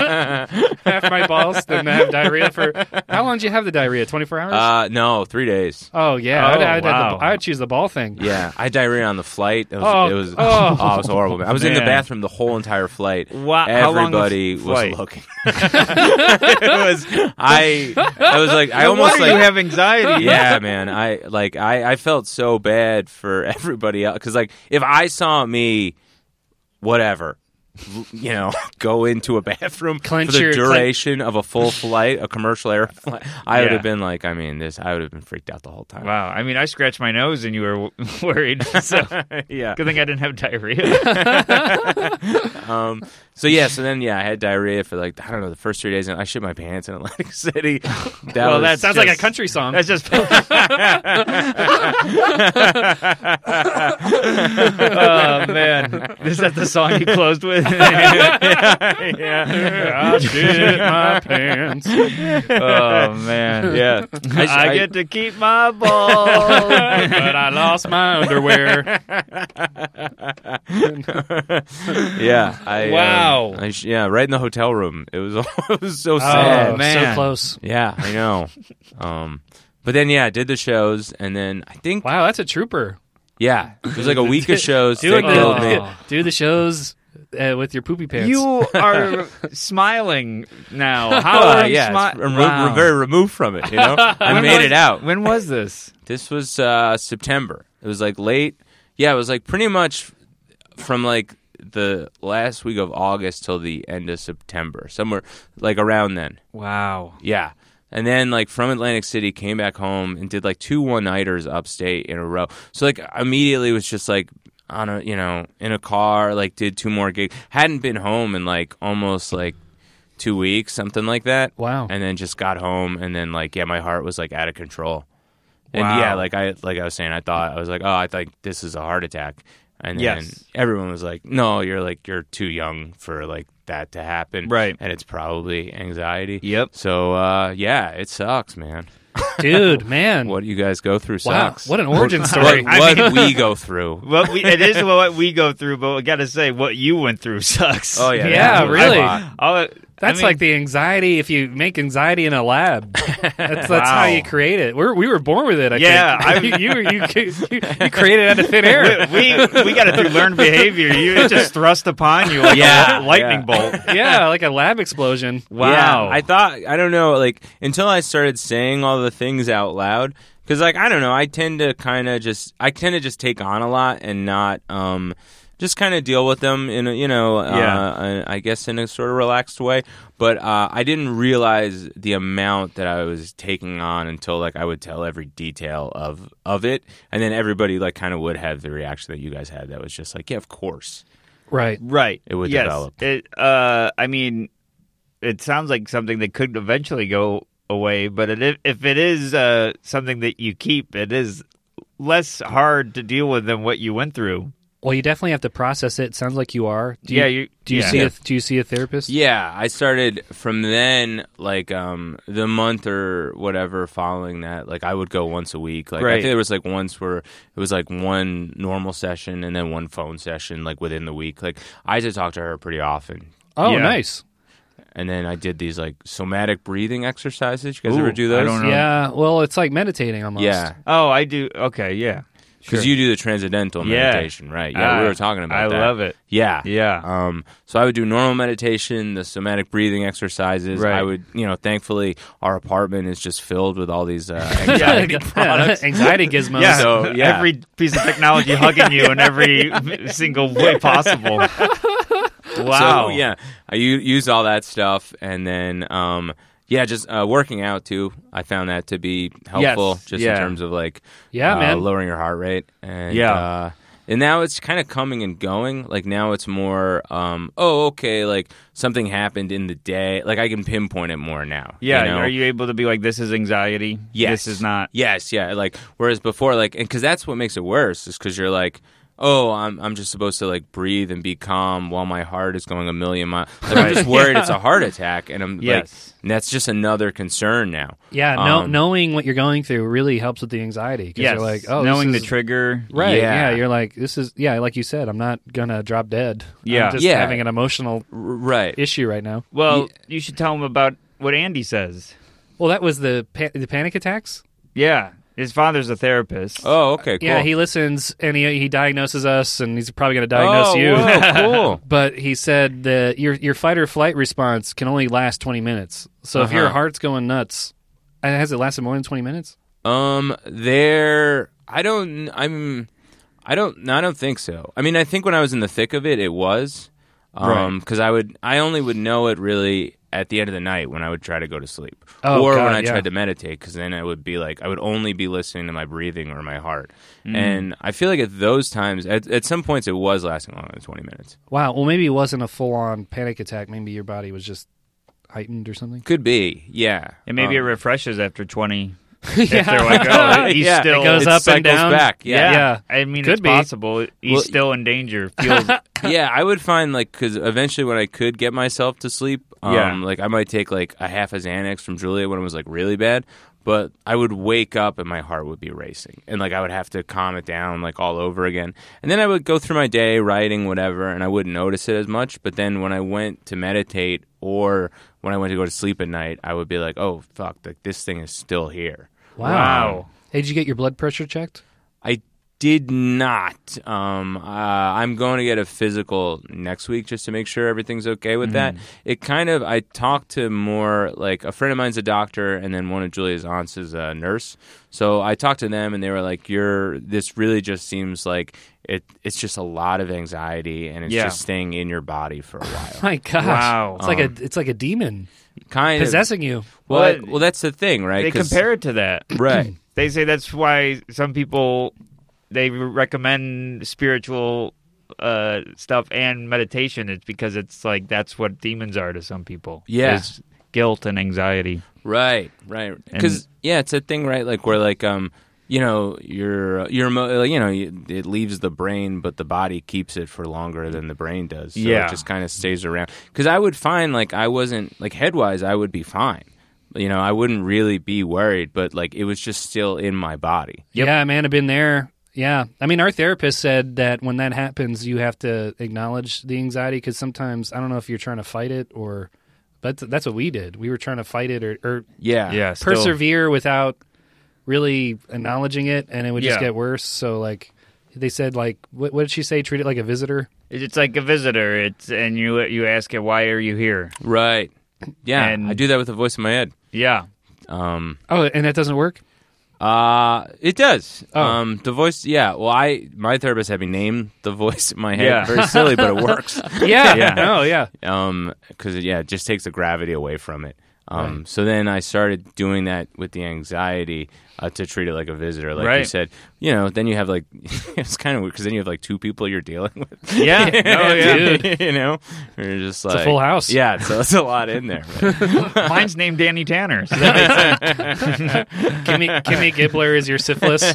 S2: half my balls, then I have diarrhea for how long do you have the diarrhea? Twenty four hours?
S5: Uh, no, three days.
S2: oh yeah, I'd,
S1: oh,
S2: I'd, have
S1: wow.
S2: the, I would choose the ball thing.
S5: Yeah, I had diarrhea on the flight. It was,
S2: Oh,
S5: it was,
S2: oh.
S5: oh. it was horrible. man. I was in the
S6: Man.
S5: bathroom the whole entire flight.
S6: Wow, how long was
S5: Everybody
S6: the
S5: was
S6: flight?
S5: looking. it was, I, I was like, I almost
S1: Why do
S5: like,
S1: you have anxiety?
S5: yeah, man. I like I, I felt so bad for everybody else because like if I saw me, whatever, l- you know, go into a bathroom
S2: Clench
S5: for the
S2: your- clen-
S5: duration of a full flight, a commercial air flight, I would
S1: Yeah.
S5: have been like, I mean, this, I would have been freaked out the whole time.
S1: Wow. I mean, I scratched my nose and you were w- worried. So good
S5: Yeah.
S1: thing I didn't have diarrhea.
S5: Um. So yeah. So then yeah, I had diarrhea for like I don't know the first three days, and I shit my pants in Atlantic City. That
S1: Well, that
S5: was
S2: Sounds like a
S1: Just-
S2: country song.
S1: That's just. oh man, is that the song you closed with?
S2: I shit my pants.
S1: Oh man,
S5: yeah.
S1: I,
S5: just- I-
S1: get to keep my balls.
S2: but I lost my underwear.
S5: yeah. I, um,
S1: Wow.
S5: I sh- yeah. Right in the hotel room. It was. It was so sad.
S1: Oh, man.
S2: so close.
S5: Yeah, I know. um, but then yeah, I did the shows, and then I think
S2: Wow, that's a trooper.
S5: yeah, it was like a week of shows.
S1: Doing
S5: Doing
S1: the-
S5: killed me.
S2: Oh, do the shows uh, with your poopy pants.
S1: You are smiling now. How
S5: Uh,
S1: are you
S5: yeah,
S1: smi-
S5: it's re-
S1: Wow.
S5: re- very removed from it. You know, I
S1: When
S5: made
S1: was-
S5: it out.
S1: When was this?
S5: This was uh, September. It was like late. Yeah, it was like pretty much from like the last week of August till the end of September, somewhere like around then.
S1: Wow.
S5: Yeah. And then like from Atlantic City came back home and did like two one nighters upstate in a row. So like immediately was just like on a you know, in a car, like did two more gigs. Hadn't been home in like almost like two weeks, something like that.
S2: Wow.
S5: And then just got home and then like yeah, my heart was like out of control. And
S1: Wow.
S5: yeah, like I like I was saying, I thought I was like, Oh, I think this is a heart attack. And then
S1: Yes.
S5: everyone was like, No, you're like you're too young for like that to happen.
S1: Right.
S5: And it's probably anxiety.
S1: Yep.
S5: So uh, yeah, it sucks, man.
S2: Dude, man.
S5: What you guys go through
S2: wow.
S5: sucks.
S2: What an origin
S5: what,
S2: story.
S5: what we go through.
S1: What we, it is what we go through, but I gotta say, what you went through sucks.
S5: Oh yeah,
S2: Yeah,
S5: that was a
S2: really.
S5: lot.
S1: All it- I
S2: That's
S1: mean-
S2: like the anxiety if you make anxiety in a lab. That's, that's how
S1: Wow.
S2: you create it. We're, we were born with it. I
S1: Yeah,
S2: think. you, you, you, you, you created it out of thin air.
S1: we we got it through learned behavior. You it just thrust upon you like
S5: Yeah,
S1: a lightning
S5: yeah.
S1: bolt.
S2: yeah, like a lab explosion.
S1: Wow.
S5: Yeah, I thought I don't know, like until I started saying all the things out loud cuz like I don't know, I tend to kind of just I tend to just take on a lot and not um just kind of deal with them in a, you know, uh,
S1: Yeah.
S5: I I guess in a sort of relaxed way, but uh, I didn't realize the amount that I was taking on until like I would tell every detail of of it, and then everybody like kind of would have the reaction that you guys had. That was just like, yeah, of course.
S2: Right.
S1: Right.
S5: It would
S1: yes.
S5: develop.
S1: It, uh, I mean, it sounds like something that could eventually go away, but it, if it is uh, something that you keep, it is less hard to deal with than what you went through.
S2: Well, you definitely have to process it. Sounds like you are. Do you,
S1: yeah. You,
S2: do you
S1: yeah.
S2: see a do you see a therapist?
S5: Yeah, I started from then, like um, the month or whatever following that. Like I would go once a week. Like I
S1: Right.
S5: think there was like once where it was like one normal session and then one phone session, like within the week. Like I had to talk to her pretty often.
S2: Oh,
S1: Yeah.
S2: nice.
S5: And then I did these like somatic breathing exercises. You guys
S1: Ooh,
S5: ever do those?
S1: I don't know.
S2: Yeah. Well, it's like meditating almost.
S5: Uh-huh. Yeah,
S1: Oh, I do. Okay. Yeah.
S5: because you do the transcendental
S1: Yeah.
S5: meditation, right? Yeah, we
S1: Ah,
S5: were talking about
S1: I
S5: that.
S1: love it.
S5: Yeah,
S1: Yeah.
S5: Um, so I would do normal meditation, the somatic breathing exercises.
S1: Right.
S5: I would, you know, thankfully our apartment is just filled with all these. Uh,
S2: Anxiety,
S5: anxiety.
S2: anxiety gizmos.
S1: yeah.
S5: so, yeah.
S1: Every piece of technology hugging you in every single way possible. Wow.
S5: So yeah, I u- used all that stuff, and then um, yeah, just uh, working out too. I found that to be helpful,
S1: Yes,
S5: just
S1: yeah.
S5: in terms of like
S2: Yeah,
S5: uh,
S2: man.
S5: lowering your heart rate. And,
S1: Yeah.
S5: uh, and now it's kind of coming and going. Like now it's more, um, oh, okay, like something happened in the day. Like I can pinpoint it more now.
S1: Yeah,
S5: you know?
S1: are you able to be like, this is anxiety?
S5: Yes.
S1: This is not.
S5: Yes, yeah. Like whereas before, like, and because that's what makes it worse is because you're like, oh, I'm I'm just supposed to like breathe and be calm while my heart is going a million miles. Like, I'm just worried it's a heart attack, and I'm
S1: Yes.
S5: like, that's just another concern now.
S2: Yeah, no,
S5: Um,
S2: knowing what you're going through really helps with the anxiety. 'cause
S1: Yes.
S2: you're like, oh, this
S1: knowing
S2: is-
S1: the trigger.
S2: Right. Yeah.
S5: Yeah.
S2: You're like, this is, yeah, like you said, I'm not going to drop dead. I'm
S1: Yeah.
S2: just
S5: Yeah.
S2: having an emotional
S5: R- right?
S2: issue right now.
S1: Well, you should tell him about what Andy says.
S2: Well, that was the pa- the panic attacks.
S1: Yeah, his father's a therapist.
S5: oh, okay, cool.
S2: Yeah, he listens and he he diagnoses us, and he's probably going to diagnose
S5: oh,
S2: you.
S5: whoa, cool.
S2: But he said that your your fight or flight response can only last 20 minutes. So if your
S5: Uh-huh.
S2: heart's going nuts, and has it lasted more than 20 minutes?
S5: Um, there. I don't. I'm. I don't. I don't think so. I mean, I think when I was in the thick of it, it was. Um, because I would. I only would know it really at the end of the night when I would try to go to sleep,
S2: Oh,
S5: or
S2: God,
S5: when I
S2: yeah.
S5: tried to meditate, because then I would be like, I would only be listening to my breathing or my heart, and I feel like at those times, at, at some points, it was lasting longer than twenty minutes.
S2: Wow. Well, maybe it wasn't a full on panic attack. Maybe your body was just heightened or something.
S5: Could be, yeah.
S1: and maybe
S5: Um,
S1: it refreshes after twenty. If they're like, oh, he's
S5: Yeah, it
S1: still
S2: goes
S5: it
S2: up and
S5: cycles
S2: down.
S5: Back, yeah.
S1: Yeah.
S2: Yeah.
S1: I mean,
S2: Could
S1: it's
S2: be.
S1: possible. He's
S5: Well-
S1: still in danger. Feels
S5: yeah, I would find like because eventually when I could get myself to sleep, um,
S1: Yeah.
S5: like I might take like a half a Xanax from Julia when it was like really bad, but I would wake up and my heart would be racing, and like I would have to calm it down like all over again, and then I would go through my day writing whatever, and I wouldn't notice it as much. But then when I went to meditate or when I went to go to sleep at night, I would be like, oh fuck, like this thing is still here.
S1: wow.
S2: Hey, did you get your blood pressure checked?
S5: I did not. Um, uh, I'm going to get a physical next week just to make sure everything's okay with
S1: Mm.
S5: that. It kind of I talked to more like a friend of mine's a doctor, and then one of Julia's aunts is a nurse. So I talked to them, and they were like, "You're this really just seems like it. It's just a lot of anxiety, and it's
S1: Yeah.
S5: just staying in your body for a while.
S2: My gosh.
S1: Wow.
S2: It's like a it's like a demon
S5: kind of.
S2: possessing you.
S5: Well,
S1: Well,
S5: I- well, that's the thing, right?
S1: They
S5: 'Cause-
S1: compare it to that.
S5: right.
S1: They say that's why some people they recommend spiritual uh, stuff and meditation. It's because it's like that's what demons are to some people.
S5: Yeah.
S1: is guilt and anxiety.
S5: Right, right. Because yeah, it's a thing, right? Like where like um, you know, your uh, your emo- like, you know, you- it leaves the brain, but the body keeps it for longer than the brain does. So
S1: Yeah.
S5: it just kind of stays around. Because I would find like I wasn't like head wise, I would be fine. You know, I wouldn't really be worried, but like it was just still in my body.
S2: Yeah, man, I've been there. Yeah. I mean, our therapist said that when that happens, you have to acknowledge the anxiety because sometimes I don't know if you're trying to fight it or but that's what we did. We were trying to fight it or, or
S5: Yeah,
S1: Yeah, still-
S2: persevere without really acknowledging it and it would just
S1: Yeah.
S2: get worse. So like they said like what, what did she say? Treat it like a visitor.
S1: It's like a visitor. It's and you you ask it why are you here?
S5: right. Yeah,
S1: And-
S5: I do that with the voice in my head.
S1: Yeah,
S5: Um,
S2: Oh, and that doesn't work?
S5: Uh, it does.
S2: Oh.
S5: Um, the voice. Yeah. Well, I my therapist had me name the voice in my head.
S1: Yeah.
S5: Very silly, but it works.
S2: Yeah.
S5: Yeah.
S2: Oh, yeah.
S5: Um, because yeah, it just takes the gravity away from it. Um, so then I started doing that with the anxiety uh, to treat it like a visitor, like you
S1: Right.
S5: said. You know, then you have like it's kind of weird because then you have like two people you're dealing with.
S1: yeah, oh, yeah.
S5: you know, you're just like
S2: a full house.
S5: Yeah, so it's a lot in there. man.
S1: Mine's named Danny Tanner. So that makes sense.
S2: Kimmy, Kimmy Gibbler is your syphilis.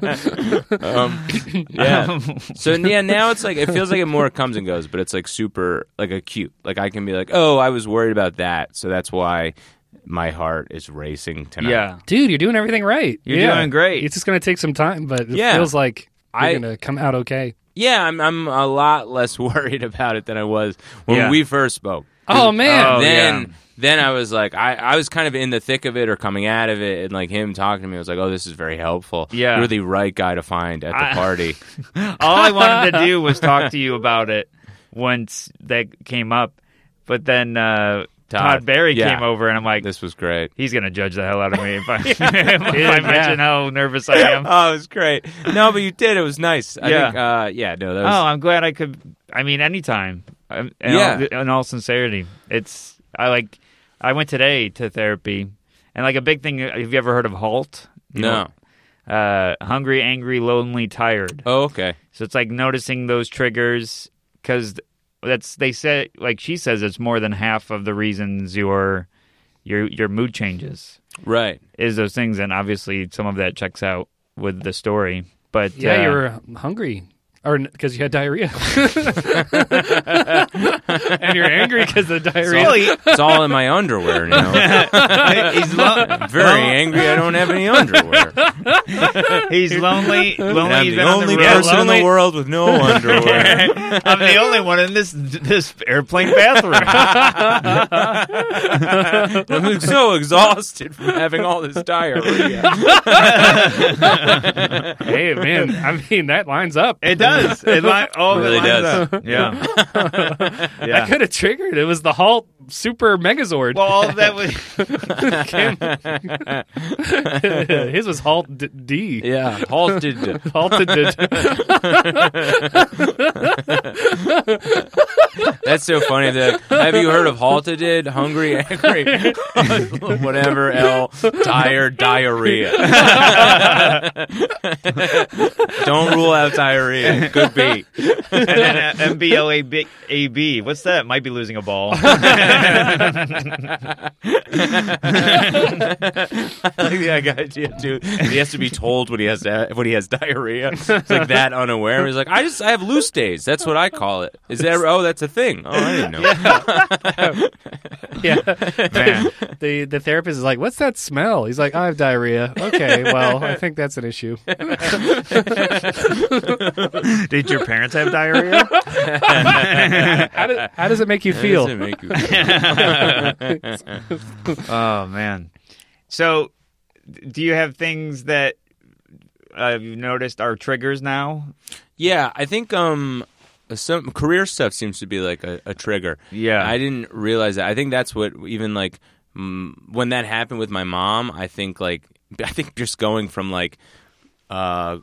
S5: Um, yeah. So yeah, now it's like it feels like it more comes and goes, but it's like super like acute. Like I can be like, oh, I was worried about that, so that's why my heart is racing tonight.
S1: yeah,
S2: Dude, you're doing everything right.
S1: You're doing great.
S2: It's just going to take some time, but it
S5: Yeah.
S2: feels like you're
S5: I-
S2: going to come out okay.
S5: yeah. I'm I'm a lot less worried about it than I was when
S1: Yeah.
S5: we first spoke.
S2: Oh, man.
S1: Oh,
S5: then
S1: yeah.
S5: then I was like, I I was kind of in the thick of it or coming out of it, and like him talking to me I was like, oh, this is very helpful.
S1: Yeah.
S5: you're the right guy to find at the
S1: I-
S5: party.
S1: all I wanted to do was talk to you about it once that came up, but then uh, Todd.
S5: Todd,
S1: Barry
S5: yeah.
S1: came over and I'm like,
S5: this was great.
S1: he's gonna judge the hell out of me if I, if I mention how nervous I am.
S5: Oh, it was great. No, but you did. It was nice. I
S1: Yeah.
S5: think, uh, yeah, no, that was,
S1: Oh, I'm glad I could. I mean, anytime. Um, In
S5: Yeah.
S1: All, in all sincerity, it's I like. I went today to therapy, and like a big thing. uh, Have you ever heard of HALT? You
S5: No.
S1: know, uh, hungry, angry, lonely, tired.
S5: Oh, okay.
S1: So it's like noticing those triggers because that's they said like she says it's more than half of the reasons your your your mood changes
S5: Right.
S1: is those things, and obviously some of that checks out
S6: with the story. But
S2: Yeah,
S6: uh,
S2: you were hungry, or because you had diarrhea, and you're angry because of the diarrhea.
S5: It's all, it's all in my underwear now.
S1: he's, lo-
S5: I'm very angry. I don't have any underwear.
S1: he's lonely. Lonely.
S5: I'm
S1: he's
S5: the
S1: been on
S5: only
S1: road.
S5: person in
S1: Lonely-
S5: the world with no underwear.
S1: I'm the only one in this this airplane bathroom.
S5: I'm so exhausted from having all this diarrhea.
S2: hey, man, I mean that lines up.
S1: it does. It li- all of it
S5: Really
S1: lines
S5: does.
S1: up. Yeah.
S2: That
S1: yeah.
S2: could have triggered. It was the Hulk Super Megazord.
S1: Well, all of that was.
S2: His was Halt D. D.
S5: Yeah, halted.
S2: Halted D.
S5: That's so funny. They're like, have you heard of halted? Hungry, angry, whatever. L tired, diarrhea. Don't rule out diarrhea. Could be.
S1: and then MBLAB. What's that? Might be losing a ball.
S5: I like the idea too. He has to be told when he has to when he has diarrhea. It's like that unaware. He's like, I just I have loose days. That's what I call it. Is that? Oh, that's a thing. Oh, I didn't know.
S2: Yeah. The the therapist is like, "What's that smell?" He's like, "I have diarrhea." Okay, well, I think that's an issue.
S1: Did your parents have diarrhea?
S2: How, do, how does it make you
S5: Does it
S2: feel?
S5: make you-
S1: oh man. So, do you have things that uh, you've noticed are triggers now?
S5: Yeah, I think um, some career stuff seems to be like a, a trigger.
S1: Yeah.
S5: I didn't realize that. I think that's what even like mm, when that happened with my mom. I think like I think just going from like uh,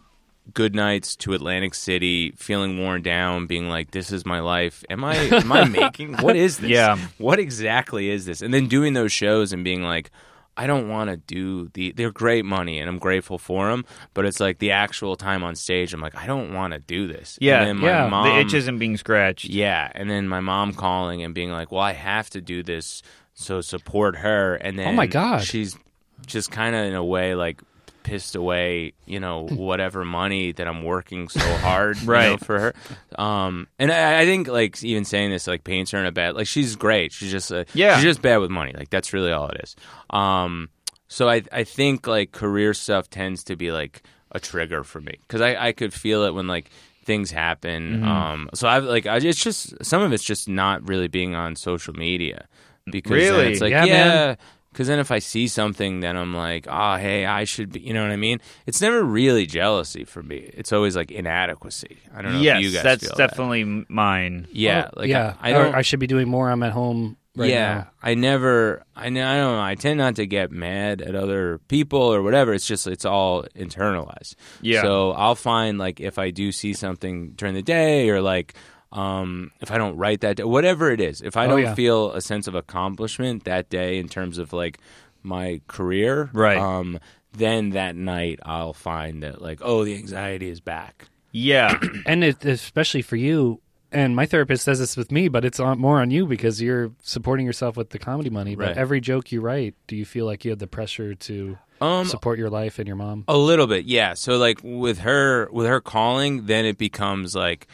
S5: good nights to Atlantic City, feeling worn down, being like, "This is my life. Am I? Am I making? What is this?
S1: Yeah.
S5: What exactly is this?" And then doing those shows and being like. I don't want to do the. They're great money, and I'm grateful for them. But it's like the actual time on stage. I'm like, I don't want to do this. And
S1: Yeah,
S5: then my
S2: yeah. The
S5: Mom,
S1: the itch isn't being scratched.
S5: Um, yeah, and then my mom calling and being like, "Well, I have to do this, so support her." And then,
S2: Oh my God.
S5: she's just kind of in a way like pissed away, you know, whatever money that I'm working so hard, you know,
S1: Right.
S5: for her. Um, and I, I think like even saying this like paints her in a bad. Like she's great. She's just uh,
S1: Yeah.
S5: She's just bad with money. Like that's really all it is. Um, so I I think like career stuff tends to be like a trigger for me because I I could feel it when like things happen. Um, so I've like I, it's just some of it's just not really being on social media because then
S1: Really?
S5: it's like
S2: Yeah,
S5: yeah.
S2: man.
S5: Cause then if I see something, then I'm like, oh, hey, I should be. You know what I mean? It's never really jealousy for me. It's always like inadequacy. I don't know
S1: Yes,
S5: if you guys
S1: that's
S5: feel that.
S1: definitely mine.
S5: yeah,
S2: Well,
S5: like
S2: yeah.
S5: I, I
S2: Or
S5: don't.
S2: I should be doing more. I'm at home right
S5: yeah,
S2: now.
S5: I never. I know. I don't know. I tend not to get mad at other people or whatever. It's just it's all internalized.
S1: Yeah.
S5: So I'll find like if I do see something during the day or like um if I don't write that day, whatever it is, if I
S2: Oh,
S5: don't
S2: yeah.
S5: feel a sense of accomplishment that day in terms of like my career,
S1: Right.
S5: Um, then that night I'll find that like oh the anxiety is back.
S1: Yeah,
S2: and it, especially for you and my therapist says this with me but it's on, more on you because you're supporting yourself with the comedy money but
S5: Right.
S2: every joke you write do you feel like you have the pressure to
S5: Um, oh,
S2: support your life and your mom
S5: A little bit, yeah. So like with her, with her calling, then it becomes like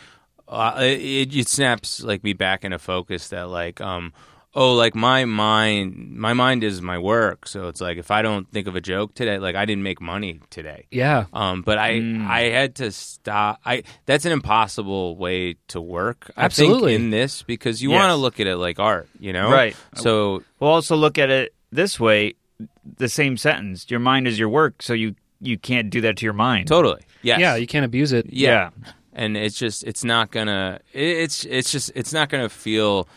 S5: uh, it, it snaps like me back into focus that like um oh like my mind my mind is my work. So it's like if I don't think of a joke today, like I didn't make money today.
S2: yeah
S5: Um, but I
S2: Mm.
S5: I had to stop. I that's an impossible way to work. I think,
S2: Absolutely.
S5: in this because you
S1: Yes.
S5: want to look at it like art, you know?
S1: Right.
S5: So
S1: Well, also look at it this way: the same sentence. Your mind is your work, so you you can't do that to your mind.
S5: totally, yes.
S2: yeah you can't abuse it
S5: yeah. and it's just it's not gonna it- it's it's just it's not gonna feel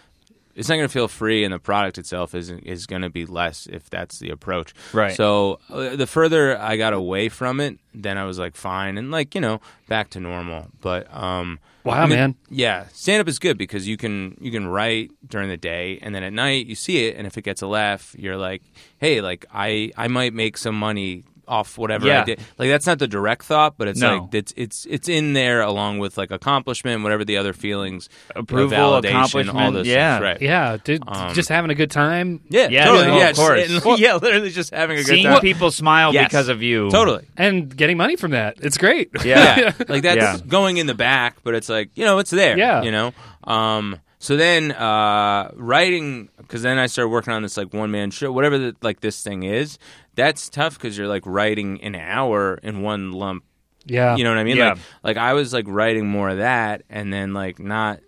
S5: it's not gonna feel free and the product itself isn't is gonna be less if that's the approach
S1: Right.
S5: so uh, the further i got away from it then i was like fine and like you know back to normal but um
S2: Wow,
S5: I mean,
S2: man.
S5: yeah stand up is good because you can you can write during the day and then at night you see it and if it gets a laugh you're like hey like i i might make some money off whatever
S6: Yeah.
S5: I did. Like that's not the direct thought, but it's
S6: No.
S5: like it's it's it's in there along with like accomplishment, whatever the other feelings, you know,
S1: Approval,
S5: validation, all
S1: accomplishment,
S5: those
S1: yeah.
S5: things, right?
S2: Yeah, dude,
S5: Um,
S2: just having a good time.
S5: Yeah,
S1: Yeah,
S5: totally.
S1: no,
S5: yeah,
S1: of
S5: just-
S1: course.
S5: and-
S1: Well-
S5: yeah, literally just having a good
S1: Seeing
S5: time.
S1: people smile
S5: Yes.
S1: because of you.
S5: Totally.
S2: and getting money from that. It's great.
S5: Yeah. like that's
S1: Yeah.
S5: going in the back, but it's like, you know, it's there.
S2: Yeah.
S5: You know? Um, so then uh, writing, because then I started working on this like one man show, whatever the, like this thing is. That's tough because you're like writing an hour in one lump
S2: yeah.
S5: you know what I mean?
S1: Yeah.
S5: Like, like I was like writing more of that, and then like not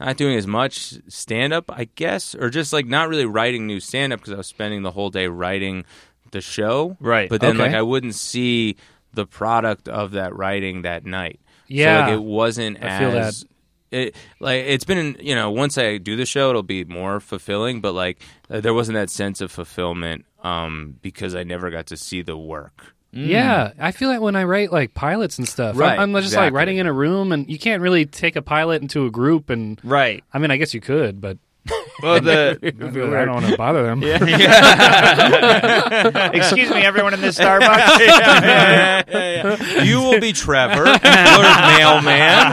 S5: not doing as much stand up, I guess, or just like not really writing new stand up because I was spending the whole day writing the show.
S1: Right.
S5: But then
S2: Okay.
S5: like I wouldn't see the product of that writing that night.
S2: Yeah.
S5: So, like, it wasn't
S2: I feel
S5: as. It like it's been you know once I do the show it'll be more fulfilling but like uh, there wasn't that sense of fulfillment um because I never got to see the work
S2: Yeah, I feel like when I write like pilots and stuff, I'm-
S5: Right,
S2: I'm, just like
S5: exactly.
S2: writing in a room, and you can't really take a pilot into a group. And
S1: Right.
S2: I mean, I guess you could, but
S1: Well, the
S2: I feel like I don't want to bother them.
S1: excuse me, everyone in this Starbucks.
S5: You will be Trevor, your mailman.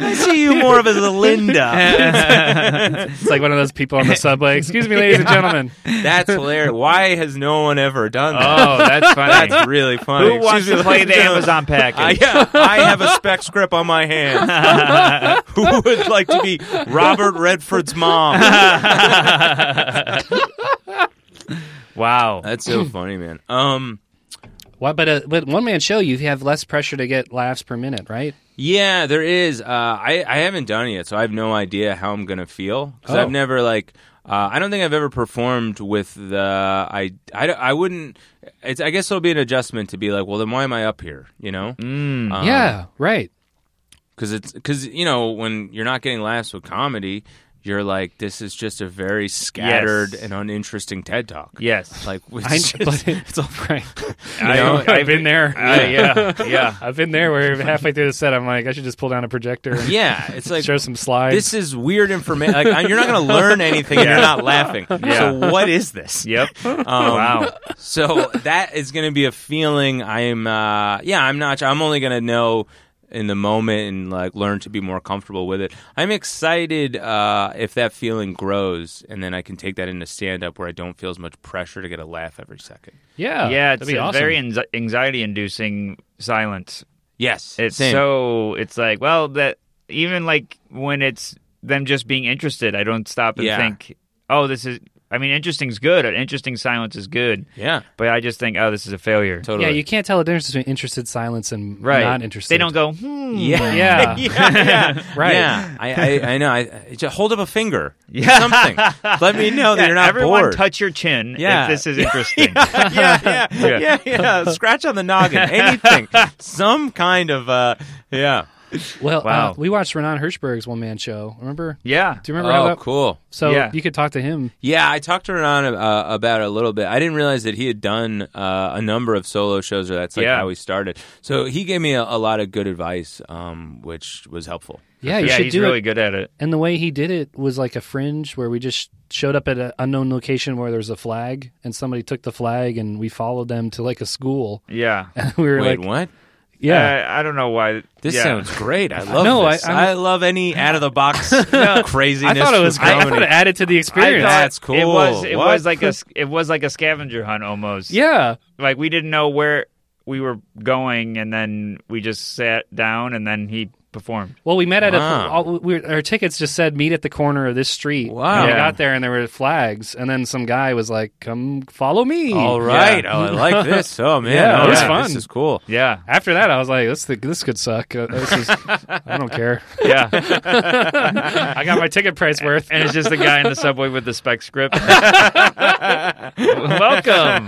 S6: I see you more of as a Linda.
S2: It's like one of those people on the subway. Excuse me, ladies and gentlemen.
S5: That's hilarious. Why has no one ever done that?
S1: Oh, that's funny.
S5: That's really funny.
S1: Who wants
S5: Excuse me,
S1: to play the
S5: ladies and gentlemen.
S1: Amazon
S5: I,
S1: package?
S5: yeah, I have a spec script on my hand. Who would like to be Robert Redford's mom?
S1: Wow.
S5: That's so funny, man. Um,
S2: What? But a but one man show, you have less pressure to get laughs per minute, right?
S5: Yeah, there is. Uh, I I haven't done it yet, so I have no idea how I'm gonna feel 'Cause
S2: Oh.
S5: I've never like. Uh, I don't think I've ever performed with the. I, I, don't- I wouldn't. It's. I guess it'll be an adjustment to be like, well, then why am I up here? You know. Mm.
S2: yeah, right.
S5: Because it's because you know when you're not getting laughs with comedy, you're like, this is just a very scattered and uninteresting TED talk.
S1: Yes.
S5: Like it's
S2: I,
S5: just-
S2: but it's all right.
S5: you know,
S2: I've been there.
S1: Uh, yeah. Yeah.
S2: I've been there where halfway through the set, I'm like, I should just pull down a projector and
S5: yeah, it's like
S2: show some slides.
S5: this is weird information. Like you're not going to learn anything if you're not laughing. So what is this?
S1: Yep.
S5: Um,
S1: Wow.
S5: So that is going to be a feeling. I'm. Uh, yeah, I'm not. I'm only going to know in the moment and like learn to be more comfortable with it. I'm excited uh, if that feeling grows, and then I can take that into stand up where I don't feel as much pressure to get a laugh every second.
S2: yeah,
S1: yeah,
S2: that'd
S1: it's
S2: be
S1: a
S2: awesome.
S1: very anxi- anxiety-inducing silence.
S5: Yes,
S1: It's
S5: same.
S1: so it's like well that even like when it's them just being interested, I don't stop and
S5: Yeah.
S1: think, oh, this is. I mean, interesting's good. An interesting silence is good,
S5: yeah,
S1: but I just think, oh, this is a failure.
S5: totally.
S2: Yeah, you can't tell the difference between interested silence and
S1: Right?
S2: not interested.
S1: They don't go. Hmm.
S5: Yeah.
S2: Yeah.
S5: yeah,
S2: Right.
S5: Yeah, I, I, I know. I, I- just hold up a finger. Yeah, something. Let me know that
S1: Yeah,
S5: you're not
S1: everyone
S5: bored.
S1: touch your chin
S5: Yeah.
S1: if this is interesting.
S5: yeah, yeah, yeah, yeah, Scratch on the noggin. Anything. Some kind of. Uh, yeah.
S2: Well,
S1: Wow.
S2: uh, we watched Renan Hirschberg's one man show. Remember?
S1: yeah.
S2: Do you remember how
S5: oh,
S2: that?
S5: cool.
S2: So
S1: Yeah.
S2: you could talk to him.
S5: Yeah, I talked to Ron uh, about it a little bit. I didn't realize that he had done uh, a number of solo shows, or that's like
S1: Yeah.
S5: how he started. So he gave me a, a lot of good advice, um, which was helpful.
S2: Yeah, you
S1: yeah,
S2: should
S1: he's
S2: do
S1: really
S2: it.
S1: good at it.
S2: And the way he did it was like a fringe where we just showed up at an unknown location where there was a flag, and somebody took the flag, and we followed them to like a school.
S1: Yeah.
S2: we were
S5: Wait,
S2: like,
S5: what?
S2: yeah.
S1: Uh, I don't know why.
S5: This
S1: yeah.
S5: sounds great. I love
S2: No,
S5: this.
S2: I- I'm-
S5: I, love any out of the box craziness.
S2: I thought it was
S5: with
S2: great. I
S5: Uh, comedy.
S2: thought it added to the experience.
S5: thought- That's
S1: It was.
S5: cool.
S1: It
S5: What?
S1: was like a. s- It was like a scavenger hunt almost.
S2: yeah.
S1: Like we didn't know where we were going, and then we just sat down, and then he performed.
S2: Well, we met at
S5: Wow.
S2: a. All, we were, our tickets just said meet at the corner of this street. And
S5: Wow.
S2: I
S1: Yeah.
S2: got there and there were flags, and then some guy was like, "Come follow me."
S5: All right. Oh, I like this. Oh man,
S2: Yeah,
S5: Oh,
S2: it was
S5: yeah,
S2: fun.
S5: This is cool.
S1: Yeah.
S2: After that, I was like, "This th- this could suck. Uh, this is, I don't care.
S1: Yeah.
S2: I got my ticket price worth."
S1: and it's just the guy in the subway with the spec script. Welcome.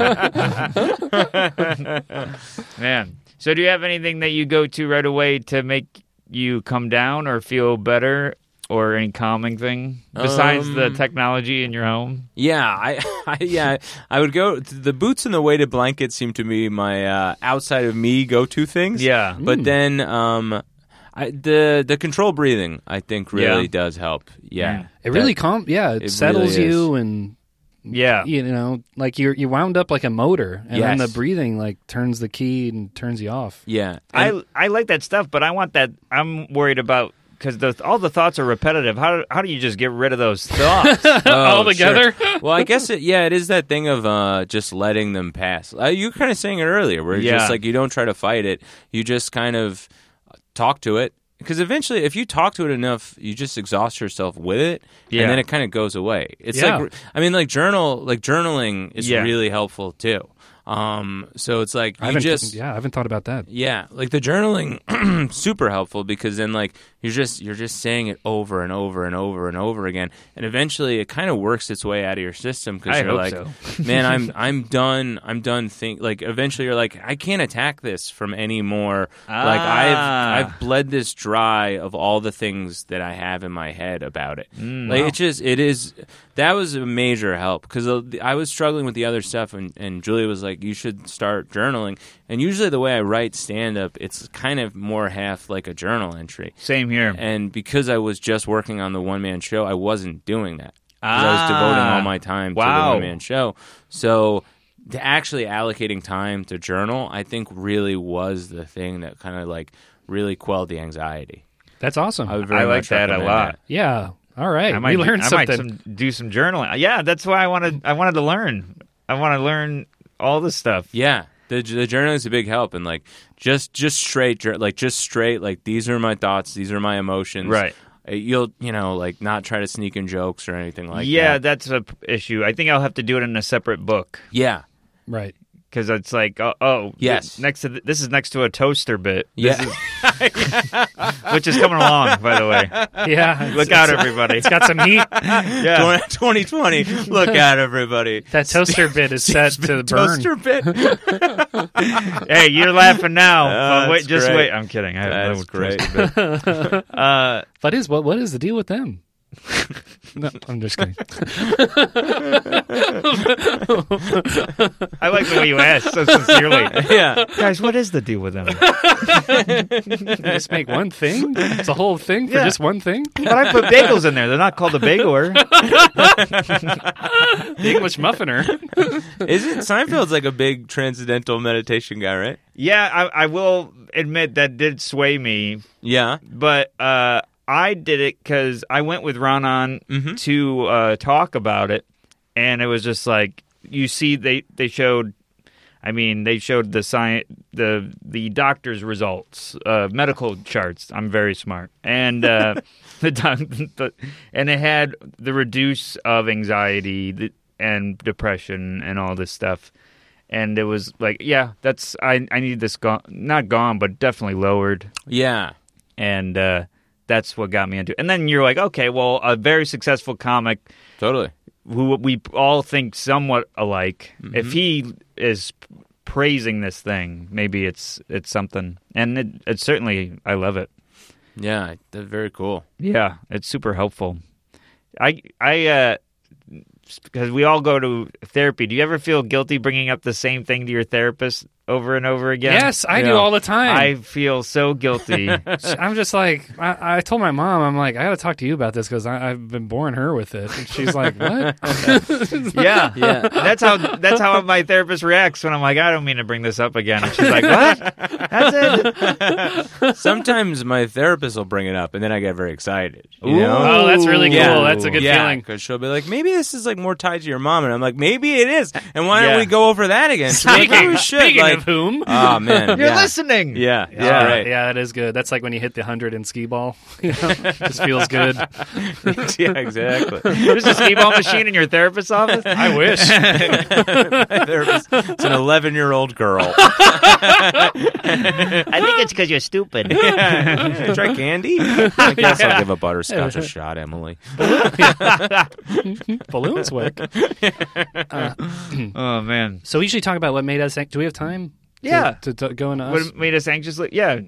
S1: Man. So do you have anything that you go to right away to make you come down or feel better or any calming thing besides the
S5: Um,
S1: technology in your home?
S5: Yeah, I, I yeah, I would go. The boots and the weighted blanket seem to be my uh, outside of me go to things.
S1: Yeah.
S5: but then um, I, the the control breathing I think really
S1: Yeah. Hmm.
S5: does help. Yeah,
S1: Yeah.
S2: It really
S5: That-
S2: calm. Yeah, it,
S5: really
S2: settles
S5: is.
S2: you, and
S1: Yeah.
S2: you know, like you you wound up like a motor, and then the
S5: Yes.
S2: breathing like turns the key and turns you off.
S5: Yeah. And-
S1: I I like that stuff, but I want that. I'm worried about because the, all the thoughts are repetitive. How how do you just get rid of those thoughts?
S5: Oh,
S2: Altogether?
S5: sure. well, I guess it, yeah, it is that thing of uh, just letting them pass. Uh, you were kind of saying it earlier, where it's
S1: Yeah.
S5: just like you don't try to fight it. You just kind of talk to it because eventually, if you talk to it enough, you just exhaust yourself with it,
S1: Yeah.
S5: and then it kind of goes away. It's
S2: Yeah.
S5: like I mean, like journal, like journaling is
S1: Yeah.
S5: really helpful too. Um, so it's like
S2: I
S5: you
S2: haven't
S5: just
S2: yeah, I haven't thought about that.
S5: yeah, like the journaling super helpful because then like you're just you're just saying it over and over and over and over again and eventually it kind of works its way out of your system cuz
S1: I
S5: you're
S1: hope
S5: like man I'm I'm done I'm done think like eventually you're like I can't attack this from any more like
S1: Ah.
S5: I've I've bled this dry of all the things that I have in my head about it like it just it is that was a major help because I was struggling with the other stuff and, and Julia was like you should start journaling and usually the way I write stand up it's kind of more half like a journal entry
S1: Same here.
S5: and because I was just working on the one man show I wasn't doing that 'Cause I was devoting
S1: Ah.
S5: all my time to
S1: Wow.
S5: the one man show so to actually allocating time to journal I think really was the thing that kind of like really quelled the anxiety
S2: That's awesome.
S5: would very
S1: I like
S5: much
S1: that a
S5: recommend
S1: lot.
S5: that.
S2: yeah. All right.
S1: I might,
S2: we learned
S1: I might
S2: something.
S1: some, do some journaling. Uh, Yeah, that's why I wanted I wanted to learn. I want to learn all this stuff.
S5: Yeah, the the journaling is a big help, and like just just straight, jour- like just straight, like these are my thoughts, these are my emotions.
S1: Right.
S5: Uh, You'll you know like not try to sneak in jokes or anything like
S1: yeah,
S5: that.
S1: that's a p- issue. I think I'll have to do it in a separate book
S5: Yeah.
S2: right.
S1: because it's like, oh, oh
S5: Yes.
S1: th- next to th- this is next to a toaster bit,
S5: Yeah.
S1: which is coming along. By the way,
S2: Yeah.
S1: look out, everybody!
S2: It's got some heat.
S1: Yeah,
S5: 2020. Look out, everybody.
S2: That toaster bit is set to burn.
S5: Toaster bit.
S1: hey, you're laughing now.
S5: Oh,
S1: but wait,
S5: that's
S1: just
S5: great.
S1: wait. I'm kidding. I have
S5: That's
S1: no
S5: great.
S1: toaster bit. Uh,
S2: What is what? What is the deal with them? no, I'm just kidding.
S1: I like the way you asked so sincerely.
S5: yeah.
S1: Guys, what is the deal with them?
S2: They just make one thing. It's a whole thing for
S1: Yeah.
S2: just one thing.
S1: But I put bagels in there. They're not called a bageler.
S2: The English muffiner.
S5: Isn't Seinfeld's like a big transcendental meditation guy, right?
S1: Yeah, I, I will admit that did sway me,
S5: Yeah.
S1: but uh, I did it because I went with Ron on to uh, talk about it, and it was just like you see they they showed. I mean, they showed the science, the the doctor's results, uh, medical charts. I'm very smart, and uh, the, doc- the and it had the reduce of anxiety the, and depression and all this stuff and it was like, yeah, that's I I need this gone, not gone, but definitely lowered,
S5: Yeah.
S1: and uh, that's what got me into. it. And then you're like, okay, well, a very successful comic
S5: Totally.
S1: who we all think somewhat alike, if he is praising this thing, maybe it's it's something, and it, it certainly I love it.
S5: Yeah. That's very cool.
S1: Yeah, it's super helpful. I I uh because we all go to therapy. Do you ever feel guilty bringing up the same thing to your therapist over and over again?
S2: Yes, I
S5: Yeah.
S2: do all the
S1: I
S2: time.
S1: feel so guilty.
S2: I, I'm just like I, I told my mom. I'm like I got to talk to you about this because I've been boring her with it, and she's like, "What?
S1: yeah.
S5: Yeah.
S1: That's how that's how my therapist reacts when I'm like, I don't mean to bring this up again. And she's like, What? That's it.
S5: Sometimes my therapist will bring it up, and then I get very excited. You
S1: Ooh.
S5: know?
S2: Oh, that's really cool.
S1: Yeah.
S2: That's a good feeling."
S5: Because she'll be like, maybe this is like more tied to your mom, and I'm like, maybe it is. And why don't
S1: Yeah.
S5: we go over that again? She's like,
S2: Speaking,
S5: "Oh, shit,
S2: speaking
S5: like,
S2: of whom?
S5: oh man,
S1: You're
S5: yeah,
S1: listening.
S5: yeah, yeah,
S2: Yeah,
S5: right.
S2: yeah, that is good. That's like when you hit the hundred in skee ball. You know? Just feels good.
S5: yeah, exactly.
S1: There's a skee ball machine in your therapist's office?
S2: I wish.
S5: Therapist- it's an 11 year old girl.
S1: I think it's because you're stupid.
S5: Try candy. I guess I'll give a butterscotch a shot, Emily.
S2: Balloons work.
S1: Oh man.
S2: So we usually talk about what made us. ang- Do we have time? to-
S1: Yeah.
S2: To, to go into us.
S1: What made us anxiously? Yeah.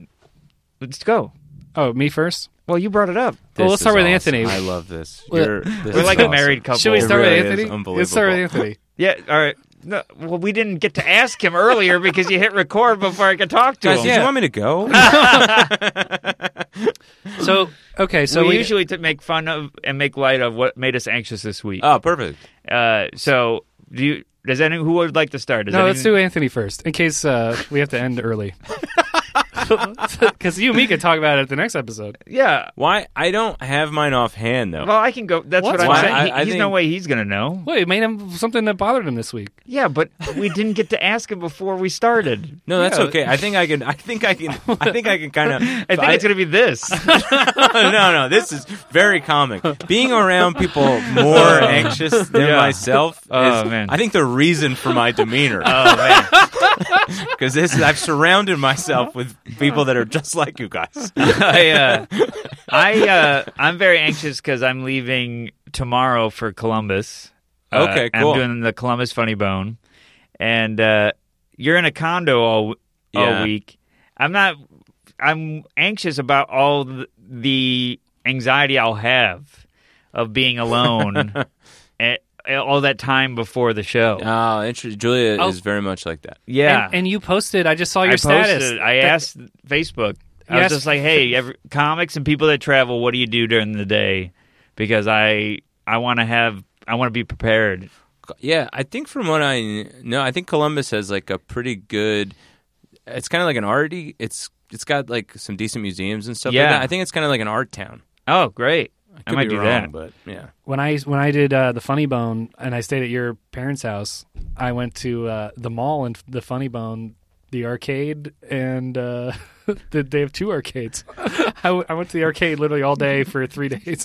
S1: Let's go.
S2: Oh, me first.
S1: Well, you brought it up.
S2: Well,
S5: This
S2: let's start
S5: is
S2: with
S5: awesome.
S2: Anthony.
S5: I love this.
S2: Well,
S5: You're, this
S1: We're
S5: is
S1: like a
S5: awesome.
S1: married couple.
S2: Should we
S5: It
S2: start
S5: really
S2: with
S5: is
S2: Anthony? Let's start with Anthony.
S1: Yeah. All right. No, well, we didn't get to ask him earlier because you hit record before I could talk to
S5: Guys,
S1: him.
S5: did you want me to go?
S2: So okay, so
S1: we,
S2: we,
S1: usually t- make fun of and make light of what made us anxious this week.
S5: oh, perfect.
S1: Uh, so, do you? Does any who would like to start? Does
S2: no.
S1: any-
S2: Let's do Anthony first, in case uh, we have to end early. Because you and me could talk about it at the next episode.
S1: Yeah.
S5: Why? I don't have mine offhand though.
S1: Well, I can go. That's what,
S2: What's
S1: I'm
S5: why-
S1: saying. He-
S5: I- I
S1: he's no
S5: think-
S1: way he's gonna know.
S2: Well, it made him something that bothered him this week.
S1: Yeah, but we didn't get to ask him before we started.
S5: no, that's
S2: yeah.
S5: okay. I think I can. I think I can. I think I can kind of.
S1: I think it's gonna be this.
S5: no, no, this is very comic. Being around people more anxious than
S1: Yeah.
S5: myself is,
S1: Oh, man.
S5: I think, the reason for my demeanor. Oh man, because this is, I've surrounded myself with people that are just like you guys.
S1: I, uh, I, uh, I'm very anxious because I'm leaving tomorrow for Columbus. Uh,
S5: Okay,
S1: I'm
S5: cool.
S1: doing the Columbus Funny Bone, and uh, you're in a condo all
S5: Yeah.
S1: all week. I'm not. I'm anxious about all th- the anxiety I'll have of being alone, at, all that time before the show.
S5: Oh, interesting. Julia
S2: Oh.
S5: is very much like that.
S1: yeah,
S2: And, and you posted. I just saw your
S1: I
S2: status.
S1: posted- I
S2: That-
S1: asked Facebook. I
S2: Yes.
S1: was just like, "Hey, every, comics and people that travel, what do you do during the day?" Because I I want to have I want to be prepared.
S5: Yeah, I think from what I kn- know, I think Columbus has like a pretty good. It's kind of like an arty. It's it's got like some decent museums and stuff.
S1: Yeah.
S5: like that. I think it's kind of like an art town.
S1: Oh, great! I,
S5: Could
S1: might
S5: be
S1: do that.
S5: wrong, but yeah.
S2: when I when I did uh, the Funny Bone and I stayed at your parents' house, I went to uh, the mall and the Funny Bone, the arcade, and uh, the, they have two arcades. I, w- I went to the arcade literally all day for three days,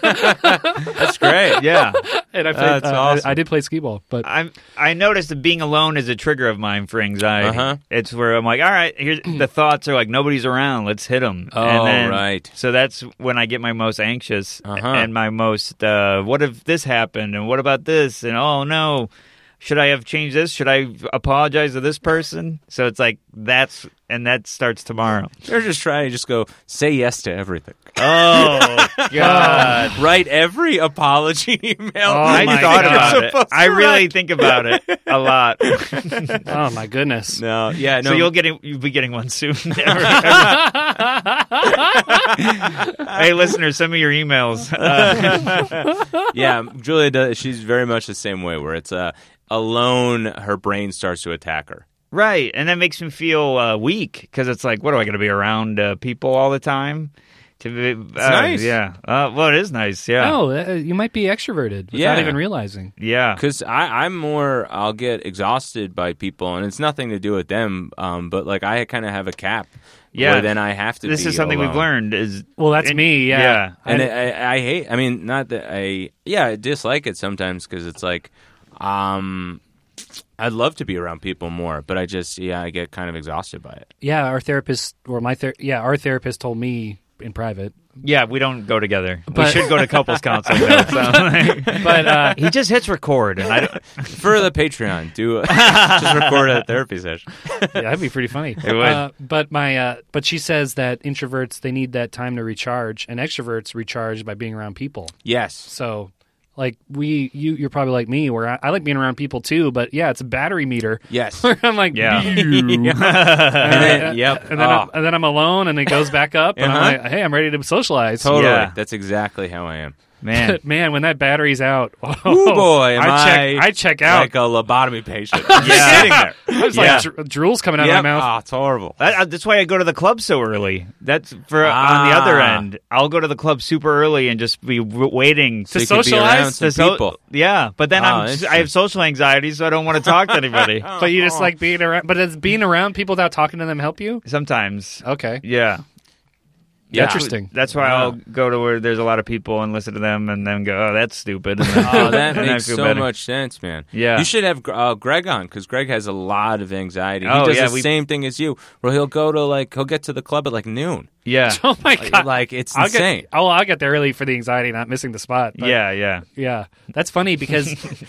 S5: That's great.
S1: Yeah,
S2: and I played.
S5: That's
S2: uh, I-
S5: awesome.
S2: I, did play skee ball, but
S1: I'm. I noticed that being alone is a trigger of mine for anxiety.
S5: Uh-huh.
S1: It's where I'm like, all right, here's the thoughts are like nobody's around. Let's hit them.
S5: Oh, right.
S1: So that's when I get my most anxious
S5: Uh-huh.
S1: and my most. Uh, what if this happened? And what about this? And oh no, should I have changed this? Should I apologize to this person? So it's like that's and that starts tomorrow.
S5: Or just try to just go say yes to everything.
S1: Oh God.
S5: Write every apology email.
S1: I
S2: my
S1: thought
S2: God.
S1: about
S5: Oh, You're
S1: it.
S5: supposed to
S1: Oh I really
S5: write.
S1: think about it a lot.
S2: oh my goodness,
S5: No, yeah, no.
S1: So you'll get you'll be getting one soon. hey, listeners, send me your emails. Uh,
S5: yeah, Julia does. She's very much the same way. Where it's uh, alone, her brain starts to attack her.
S1: right, and that makes me feel uh, weak because it's like, what am I going to be around uh, people all the time? To be, uh,
S5: nice.
S1: yeah. Uh, well, it is nice. Yeah,
S2: oh, uh, you might be extroverted without
S5: Yeah.
S2: even realizing.
S1: yeah.
S5: Because I'm more, I'll get exhausted by people, and it's nothing to do with them. Um, but like I kind of have a cap.
S1: Yeah.
S5: where then I have to.
S1: This
S5: be
S1: is something
S5: alone.
S1: we've learned. Is
S2: Well, that's
S1: And-
S2: me. Yeah,
S1: yeah.
S5: and I, I, I hate. I mean, not that I. Yeah, I dislike it sometimes because it's like, um, I'd love to be around people more, but I just yeah, I get kind of exhausted by it.
S2: yeah. Our therapist or my ther- yeah, our therapist told me in private,
S1: yeah, we don't go together. we
S2: But-
S1: should go to couples counseling. Though, so.
S2: but uh,
S1: he just hits record, and I don't,
S5: For the Patreon, do a, just record a therapy session.
S2: Yeah, that'd be pretty funny.
S1: It would.
S2: Uh, but my, uh, but she says that introverts they need that time to recharge, and extroverts recharge by being around people.
S5: Yes.
S2: So, like we, you, you're probably like me, where I, I like being around people too. But yeah, it's a battery meter.
S5: Yes.
S2: Where I'm like,
S1: Yeah.
S2: "Ew."
S5: And then, yep.
S2: and then,
S5: Oh,
S2: I'm, and then I'm alone, and it goes back up, and
S5: Uh-huh.
S2: I'm like, hey, I'm ready to socialize.
S5: totally.
S1: Yeah.
S5: That's exactly how I am.
S1: man.
S2: But man, when that battery's out, oh,
S5: Ooh, boy, am
S2: I check,
S5: I
S2: I check out.
S5: Like a lobotomy patient.
S1: Yeah.
S5: Sitting there.
S2: I was
S1: Yeah.
S2: like, dr- drool's coming out
S5: Yep.
S2: of my mouth.
S5: Ah, it's horrible.
S1: That, uh, that's why I go to the club so early. That's for uh, on the
S5: Ah.
S1: other end. I'll go to the club super early and just be w- waiting
S5: So
S1: to
S5: you could be
S1: socialize
S5: around some
S1: to so-
S5: people.
S1: Yeah, but then
S5: Ah,
S1: I'm just, I have social anxiety, so I don't want to talk to anybody.
S2: But you just like being around. But does being around people without talking to them help you?
S1: Sometimes,
S2: Okay.
S1: yeah,
S5: Yeah.
S2: Interesting.
S1: that's why I'll go to where there's a lot of people and listen to them, and then go, "Oh, that's stupid." And then,
S5: Oh, that
S1: and I
S5: makes
S1: feel
S5: so
S1: better.
S5: much sense, man.
S1: Yeah.
S5: you should have uh, Greg on because Greg has a lot of anxiety. He
S1: Oh,
S5: does
S1: yeah,
S5: the
S1: we-
S5: same thing as you, where he'll go to like he'll get to the club at like noon.
S1: Yeah,
S2: Oh my god!
S5: Like it's
S2: I'll
S5: insane.
S2: get oh, I'll get there early for the anxiety, not missing the spot. but-
S1: yeah, yeah.
S2: yeah, that's funny because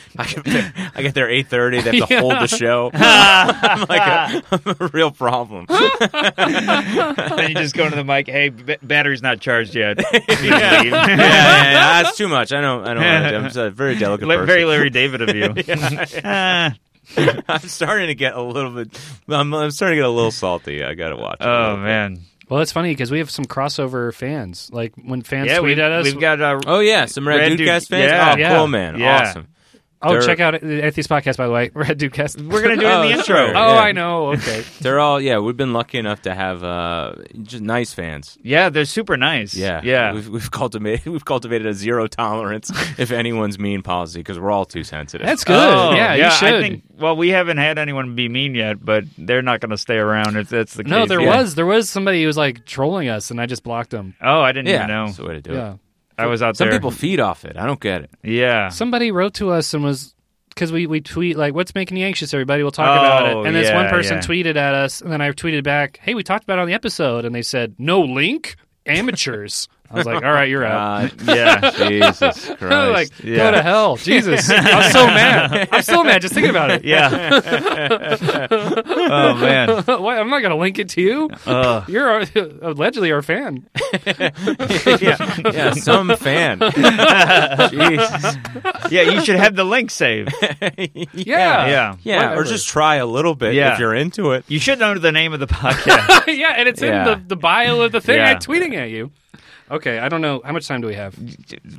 S5: I get there, I get there eight thirty. They have to
S2: Yeah.
S5: hold the show. I'm like a, I'm a real problem.
S1: then you just go to the mic. Hey, b- battery's not charged yet. You leave.
S5: yeah, yeah, yeah, that's too much. I don't. I don't. wanna do- I'm just a very delicate
S1: Li-
S5: person.
S1: Very Larry David of you. Ah,
S5: I'm starting to get a little bit. I'm, I'm starting to get a little salty. I gotta watch. it.
S1: Oh man,
S2: Well, it's funny because we have some crossover fans. Like when fans
S1: yeah,
S2: tweet
S1: we've,
S2: at us,
S1: we've got uh,
S5: Oh yeah, some Red,
S1: Red
S5: Dude
S1: Dude-
S5: Cast fans.
S1: yeah.
S5: oh,
S2: Yeah.
S5: cool, man.
S1: Yeah.
S5: Awesome.
S2: oh,
S5: they're-
S2: check out Atheist Podcast, by the way. Red Dude Cast.
S1: we're gonna do it in
S5: Oh,
S1: the intro.
S5: sure.
S2: Oh,
S5: Yeah.
S2: I know. Okay.
S5: They're all yeah. We've been lucky enough to have uh, just nice fans.
S1: Yeah, they're super nice.
S5: Yeah,
S1: yeah.
S5: We've, we've cultivated we've cultivated a zero tolerance if anyone's mean policy because we're all too sensitive.
S2: That's good.
S1: Oh,
S2: yeah, you should.
S1: I think, well, we haven't had anyone be mean yet, but they're not going to stay around if that's the case.
S2: no, there
S5: Yeah.
S2: was there was somebody who was like trolling us, and I just blocked them.
S1: Oh, I didn't
S5: yeah,
S1: even know.
S5: that's the way to do
S2: Yeah.
S5: it.
S1: I was out
S5: Some
S1: there.
S5: people feed off it. I don't get it.
S1: yeah.
S2: Somebody wrote to us and was because we, we tweet like what's making you anxious everybody we'll talk
S1: Oh,
S2: about it and this
S1: yeah,
S2: one person
S1: yeah.
S2: tweeted at us and then i tweeted back hey we talked about it on the episode and they said no link amateurs i was like all right you're out
S5: Uh,
S1: yeah.
S5: Jesus Christ!
S2: like
S1: yeah.
S2: go to hell jesus i'm so mad i'm so mad just thinking about it
S1: Yeah. oh man.
S2: Why, i'm not gonna link it to you
S1: Ugh.
S2: you're our, allegedly our fan
S1: yeah.
S5: yeah, some fan. Jesus.
S1: yeah, you should have the link saved.
S2: yeah
S1: Yeah.
S5: Yeah, or
S2: Whatever.
S5: just try a little bit
S1: Yeah.
S5: if you're into it.
S1: You should know the name of the podcast.
S2: yeah, and it's
S5: Yeah.
S2: in the, the bio of the thing
S1: Yeah.
S2: I'm tweeting at you. Okay, I don't know how much time do we have.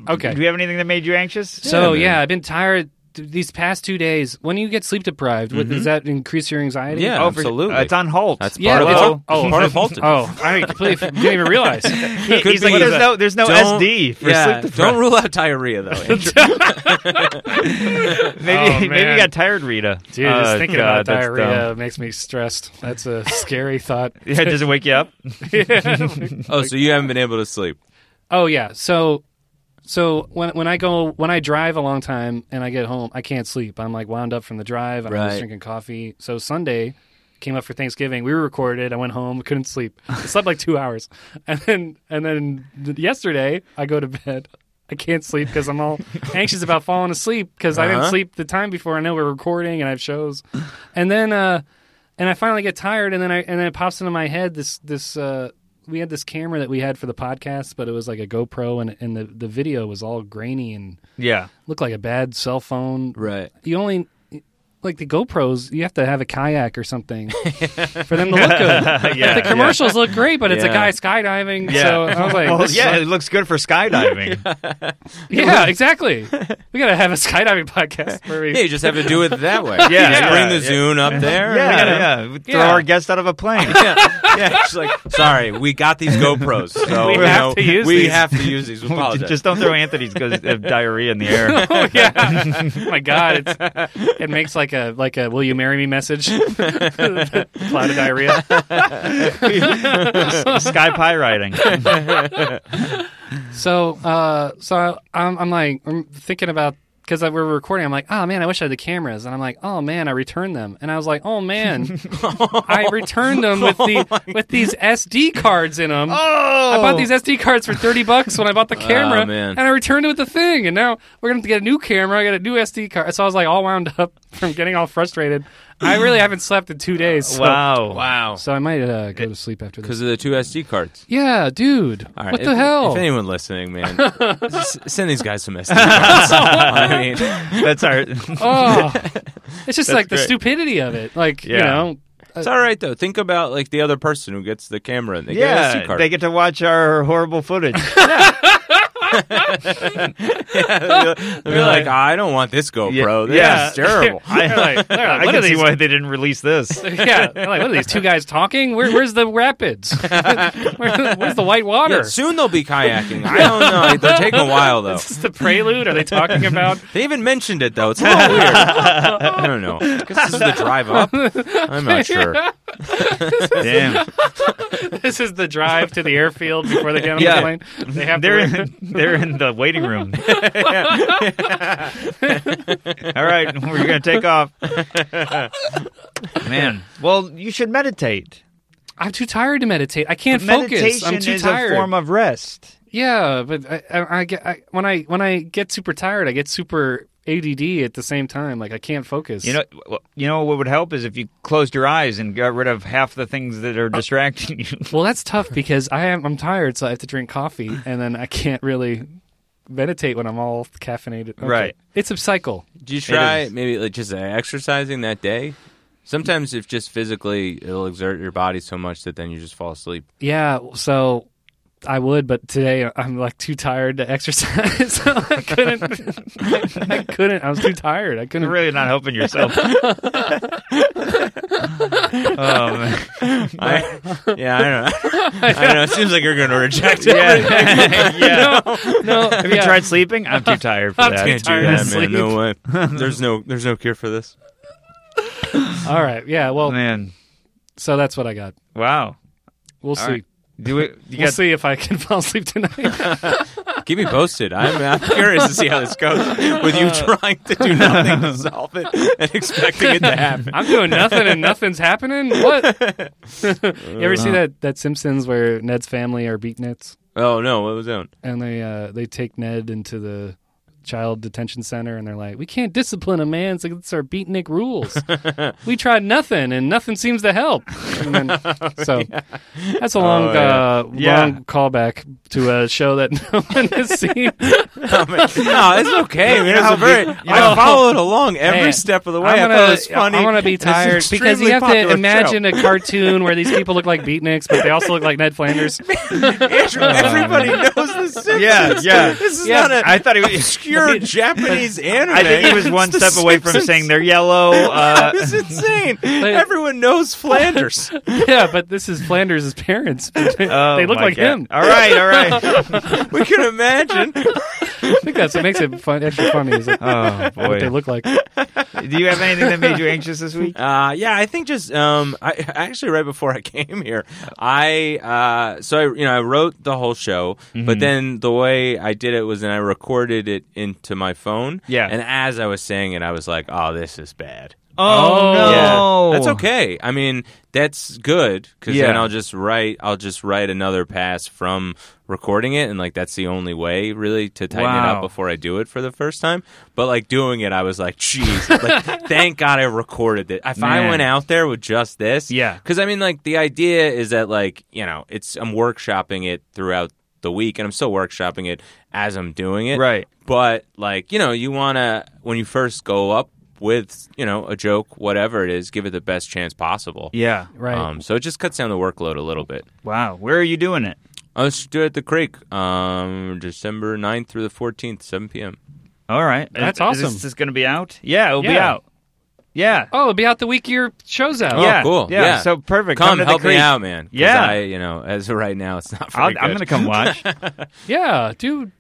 S2: Okay,
S1: Do we have anything that made you anxious?
S2: so
S5: man.
S2: yeah, I've been tired th- these past two days. When you get sleep deprived, what, does that increase your anxiety?
S5: Mm-hmm. Yeah,
S1: Oh, for-
S5: absolutely.
S1: uh, it's on Holt.
S5: That's
S2: yeah.
S5: part of
S2: it's-
S5: Holt-
S2: oh,
S5: part of Holton.
S2: Oh, I completely f- didn't even realize.
S1: He-
S5: could
S1: he's
S5: be
S1: like, there's
S5: the-
S1: no, there's no
S5: Don't-
S1: SD for
S5: yeah,
S1: sleep
S5: don't
S1: deprived.
S5: rule out diarrhea though. Andrew.
S1: Maybe,
S2: Oh,
S1: maybe
S2: man.
S1: you got tired, Rita.
S2: Dude,
S1: Oh,
S2: just thinking
S1: God,
S2: about
S1: that's dumb.
S2: diarrhea makes me stressed. That's a scary thought.
S1: Yeah, does it wake you up?
S5: oh, so you haven't been able to sleep?
S2: Oh yeah. So so when when I go when I drive a long time and I get home, I can't sleep. I'm like wound up from the drive. I'm
S5: Right.
S2: just drinking coffee. So Sunday came up for Thanksgiving. We recorded. I went home, couldn't sleep. I slept like 2 hours. And then and then th- yesterday I go to bed. I can't sleep because I'm all anxious about falling asleep because I didn't
S5: Uh-huh.
S2: sleep the time before. I know we're recording and I have shows. And then uh and I finally get tired, and then I and then it pops into my head this this uh, we had this camera that we had for the podcast, but it was like a GoPro, and and the the video was all grainy and
S1: Yeah.
S2: looked like a bad cell phone.
S5: Right.
S2: You only like the GoPros, you have to have a kayak or something for them to look good.
S1: Yeah,
S2: the commercials look great, but it's a
S5: Yeah.
S2: guy skydiving.
S1: Yeah.
S2: So I was like,
S1: Well,
S2: this is-
S1: yeah, it looks good for skydiving.
S2: yeah, exactly. We gotta have a skydiving podcast where we
S5: Yeah, you just have to do it that way.
S1: Yeah,
S5: You just
S1: yeah,
S5: bring the
S1: yeah.
S5: Zune up there.
S1: Yeah,
S5: and-
S1: yeah. We Throw
S2: Yeah.
S1: our guest out of a plane.
S5: yeah, yeah. It's like, sorry, we got these GoPros, so
S2: We
S5: you
S2: have
S5: know,
S2: to use
S5: we
S2: these.
S5: have to use these. We apologize.
S1: Just don't throw Anthony's because of diarrhea in the air.
S2: oh yeah! oh my god, it's, it makes like a like a "Will you marry me?" message. Cloud of diarrhea.
S1: Sky pie riding.
S2: So, uh, so I, I'm, I'm like I'm thinking about because we're recording. I'm like, oh man, I wish I had the cameras. And I'm like, oh man, I returned them. And I was like, oh man, I returned them with the
S5: Oh
S2: with these SD cards in them. I bought these SD cards for thirty bucks when I bought the camera,
S5: Ah, man.
S2: and I returned it with the thing. And now we're gonna have to get a new camera. I got a new SD card. So I was like all wound up from getting all frustrated. I really haven't slept in two days. So,
S1: Wow.
S5: wow,
S2: So I might uh, go to sleep after this.
S5: because of the two SD cards.
S2: Yeah, dude.
S5: All right,
S2: what
S5: if-
S2: the hell?
S5: If anyone listening, man, s- send these guys some SD cards. I mean,
S1: That's our.
S2: oh, it's just like the
S1: great.
S2: stupidity of it. Like you
S1: Yeah.
S2: know,
S5: it's all right though. Think about like the other person who gets the camera and they get an SD
S1: Yeah,
S5: card.
S1: they get to watch our horrible footage.
S5: They'll be like, I don't want this GoPro. This
S1: Yeah.
S5: is terrible.
S2: they're like, they're like,
S1: I
S2: what are
S1: can see
S2: these?
S1: why they didn't release this.
S2: yeah, they're like what are these two guys talking? Where, where's the rapids? Where, where's the white water?
S5: Yeah, soon they'll be kayaking. I don't know. They're taking a while though.
S2: Is this the prelude? Are they talking about?
S5: They even mentioned it though. It's a little weird. I don't know. I guess this is the drive up. I'm not sure.
S1: Damn.
S2: This is the drive to the airfield before they get on
S5: Yeah.
S2: the plane. They have
S1: They're
S2: to.
S1: in, they're in the waiting room. All right, we're going to take off. Man. Well, you should meditate.
S2: I'm too tired to meditate. I can't focus.
S1: Meditation
S2: I'm too
S1: is
S2: tired.
S1: a form of rest.
S2: yeah, but I, I, I, get- I when I when I get super tired, I get super ADD at the same time. Like I can't focus.
S1: You know, well, you know what would help is if you closed your eyes and got rid of half the things that are distracting you.
S2: Well, that's tough because I am I'm tired, so I have to drink coffee, and then I can't really meditate when I'm all caffeinated. Okay.
S1: Right.
S2: It's a cycle.
S5: Do you try
S1: is.
S5: maybe like just exercising that day? Sometimes if just physically it'll exert your body so much that then you just fall asleep.
S2: Yeah. So I would, but today I'm like too tired to exercise. so I couldn't. I, couldn't. I was too tired. I couldn't.
S1: You're really not helping yourself. oh, man.
S5: I, yeah, I don't know. I don't know. It seems like you're going to reject it.
S1: Yeah. yeah.
S2: No.
S1: Have you tried sleeping? I'm too tired for
S2: I'm
S1: that.
S5: Can't do
S2: tired
S5: that,
S2: of
S5: man.
S2: sleep.
S5: No way. There's no, there's no cure for this.
S2: All right. Yeah. Well.
S1: man.
S2: So that's what I got.
S1: Wow.
S2: We'll see.
S1: right. Do it. You
S2: We'll
S1: got
S2: see if I can fall asleep tonight.
S5: Keep me posted. I'm, I'm curious to see how this goes with you trying to do nothing to solve it and expecting it to happen.
S2: I'm doing nothing and nothing's happening. What? you ever see that that Simpsons where Ned's family are beatniks
S5: Oh no, what was that?
S2: and they uh, they take Ned into the child detention center and they're like, we can't discipline a man. It's like it's our beatnik rules. we tried nothing and nothing seems to help. And then, so that's a long
S5: Oh, yeah.
S2: uh,
S1: Yeah.
S2: long callback to a show that no one has seen.
S5: no, it's okay. Man. It was a very, I followed along every
S2: Man,
S5: step of the way.
S2: I'm
S5: I thought
S2: gonna,
S5: it was funny.
S2: I wanna be
S5: It's an
S2: tired because you
S5: extremely
S2: have to
S5: popular
S2: imagine a cartoon where these people look like beatniks, but they also look like Ned Flanders.
S5: show. everybody knows the Simpsons.
S1: Yeah, yeah.
S5: This is
S2: Yeah.
S5: not a
S1: I thought he was.
S5: obscure Japanese anime.
S1: I think he was one
S5: It's the
S1: step away from
S5: Simpsons.
S1: saying they're yellow. Uh,
S5: It's insane. Everyone knows Flanders.
S2: yeah, but this is Flanders' parents.
S1: oh
S2: they look
S1: my
S2: like
S1: God.
S2: him.
S1: All right, all right.
S5: we can imagine.
S2: I think that's what makes it fun, extra funny. Is like
S1: Oh
S2: what
S1: boy.
S2: they look like.
S1: Do you have anything that made you anxious this week?
S5: Uh, yeah, I think just um, I actually right before I came here, I uh, so I you know I wrote the whole show, but then the way I did it was and I recorded it into my phone.
S1: Yeah.
S5: and as I was saying it, I was like, oh, this is bad.
S2: Oh,
S5: Yeah, that's okay. I mean, that's good because then
S1: Yeah.
S5: I'll just write. I'll just write another pass from recording it, and like that's the only way really to tighten it
S1: Wow.
S5: up before I do it for the first time. But like doing it, I was like, jeez, like thank God I recorded it. If I
S1: Man.
S5: went out there with just this,
S1: Yeah.
S5: because I mean, like the idea is that like you know, it's I'm workshopping it throughout the week, and I'm still workshopping it as I'm doing it,
S1: Right.
S5: but like you know you want to when you first go up with you know a joke whatever it is give it the best chance possible
S1: Yeah.
S2: Right.
S5: um, so it just cuts down the workload a little bit
S1: Wow. Where are you doing it?
S5: i was do it at the creek um, december 9th through the 14th 7 p.m
S1: All right.
S2: That's
S1: Is- is
S2: awesome.
S1: this, going to be out? Yeah, it'll be
S2: Yeah.
S1: out. Yeah.
S2: oh, it'll be out the week your show's out.
S5: Oh,
S1: yeah.
S5: cool.
S1: Yeah.
S5: Yeah.
S1: So perfect.
S5: come
S1: to the
S5: help me
S1: creek.
S5: out man 'Cause
S1: Yeah.
S5: I, you know as of right now it's not very
S1: I'll,
S5: good.
S1: I'm going to come watch.
S2: yeah, dude.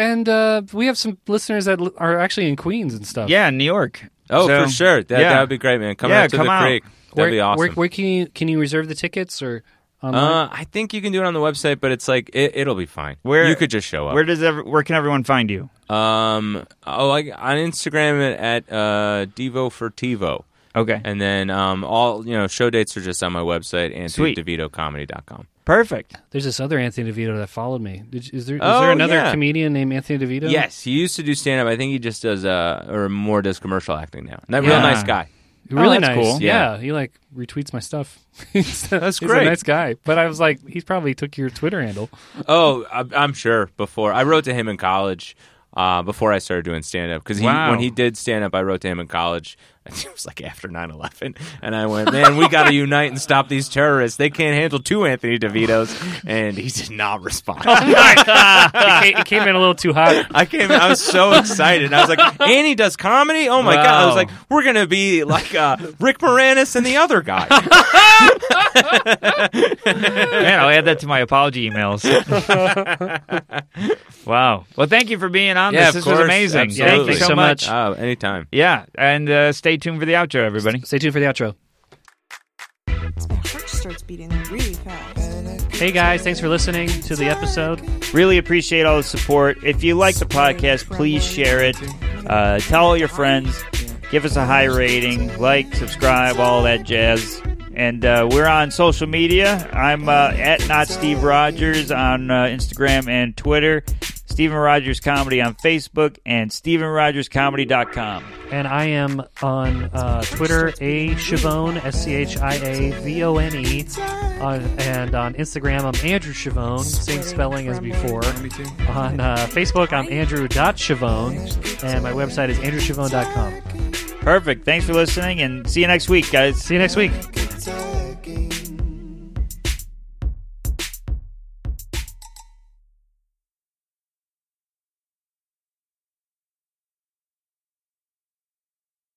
S2: And uh, we have some listeners that l- are actually in Queens and stuff.
S1: yeah, in New York.
S5: oh
S1: So-
S5: for sure that,
S1: yeah.
S5: that would be great man come
S1: Yeah,
S5: out to
S1: come
S5: the
S1: out.
S5: creek that'd
S2: where,
S5: be awesome
S2: Where, where can you can you reserve the tickets or online?
S5: uh, I think you can do it on the website, but it's like it, it'll be fine.
S1: Where-
S5: you could just show up.
S1: Where does every, where can everyone find you?
S5: Um. Oh, like on Instagram at uh, Devo for TiVo,
S1: Okay.
S5: and then um, all you know show dates are just on my website
S1: Sweet.
S5: AnthonyDeVitoComedy.com.
S1: Perfect.
S2: There's this other Anthony DeVito that followed me. Did, you- is there is
S5: Oh,
S2: there another
S5: yeah.
S2: comedian named Anthony DeVito?
S5: Yes, he used to do stand up. I think he just does uh or more does commercial acting now. Not
S1: Yeah.
S5: real nice guy.
S2: Oh, really
S1: that's
S2: nice.
S1: cool.
S2: Yeah. he like retweets my stuff. he's
S5: That's
S2: he's
S5: great.
S2: a nice guy. But I was like, he probably took your Twitter handle.
S5: Oh, I, I'm sure. Before I wrote to him in college. Uh, before I started doing stand up, because
S1: Wow.
S5: when he did stand up, I wrote to him in college. It was like after 9 11. And I went, man, we got to unite and stop these terrorists. They can't handle two Anthony DeVitos. And he did not respond.
S2: it, came, it came in a little too hot.
S5: I came. I was so excited. I was like, "Annie does comedy. Oh my god!" I was
S1: Wow.
S5: like, "We're gonna be like uh, Rick Moranis and the other guy."
S1: Man, I'll add that to my apology emails. wow. Well, thank you for being on
S5: Yeah,
S1: this. This
S5: of course.
S1: was amazing.
S5: Absolutely.
S1: Thank you so
S2: So
S1: much.
S2: much.
S5: Oh, anytime.
S1: Yeah, and uh, stay tuned for the outro, everybody.
S2: Stay tuned for the outro.
S3: My heart starts beating really fast.
S2: Hey guys, thanks for listening to the episode.
S6: Really appreciate all the support. If you like the podcast, please share it. Uh, tell all your friends. Give us a high rating. Like, subscribe, all that jazz. And uh, we're on social media. I'm uh, at not Steve Rogers on uh, Instagram and Twitter.
S1: Stephen Rogers Comedy on Facebook and StephenRogersComedy.com.
S2: And I am on uh, Twitter, A Chavone, S C H I A V O N E. On, and on Instagram, I'm Andrew Chavone, same spelling as before. On uh, Facebook, I'm Andrew.Chavone. And my website is AndrewChavone.com.
S1: Perfect. Thanks for listening and see you next week, guys.
S2: See you next week.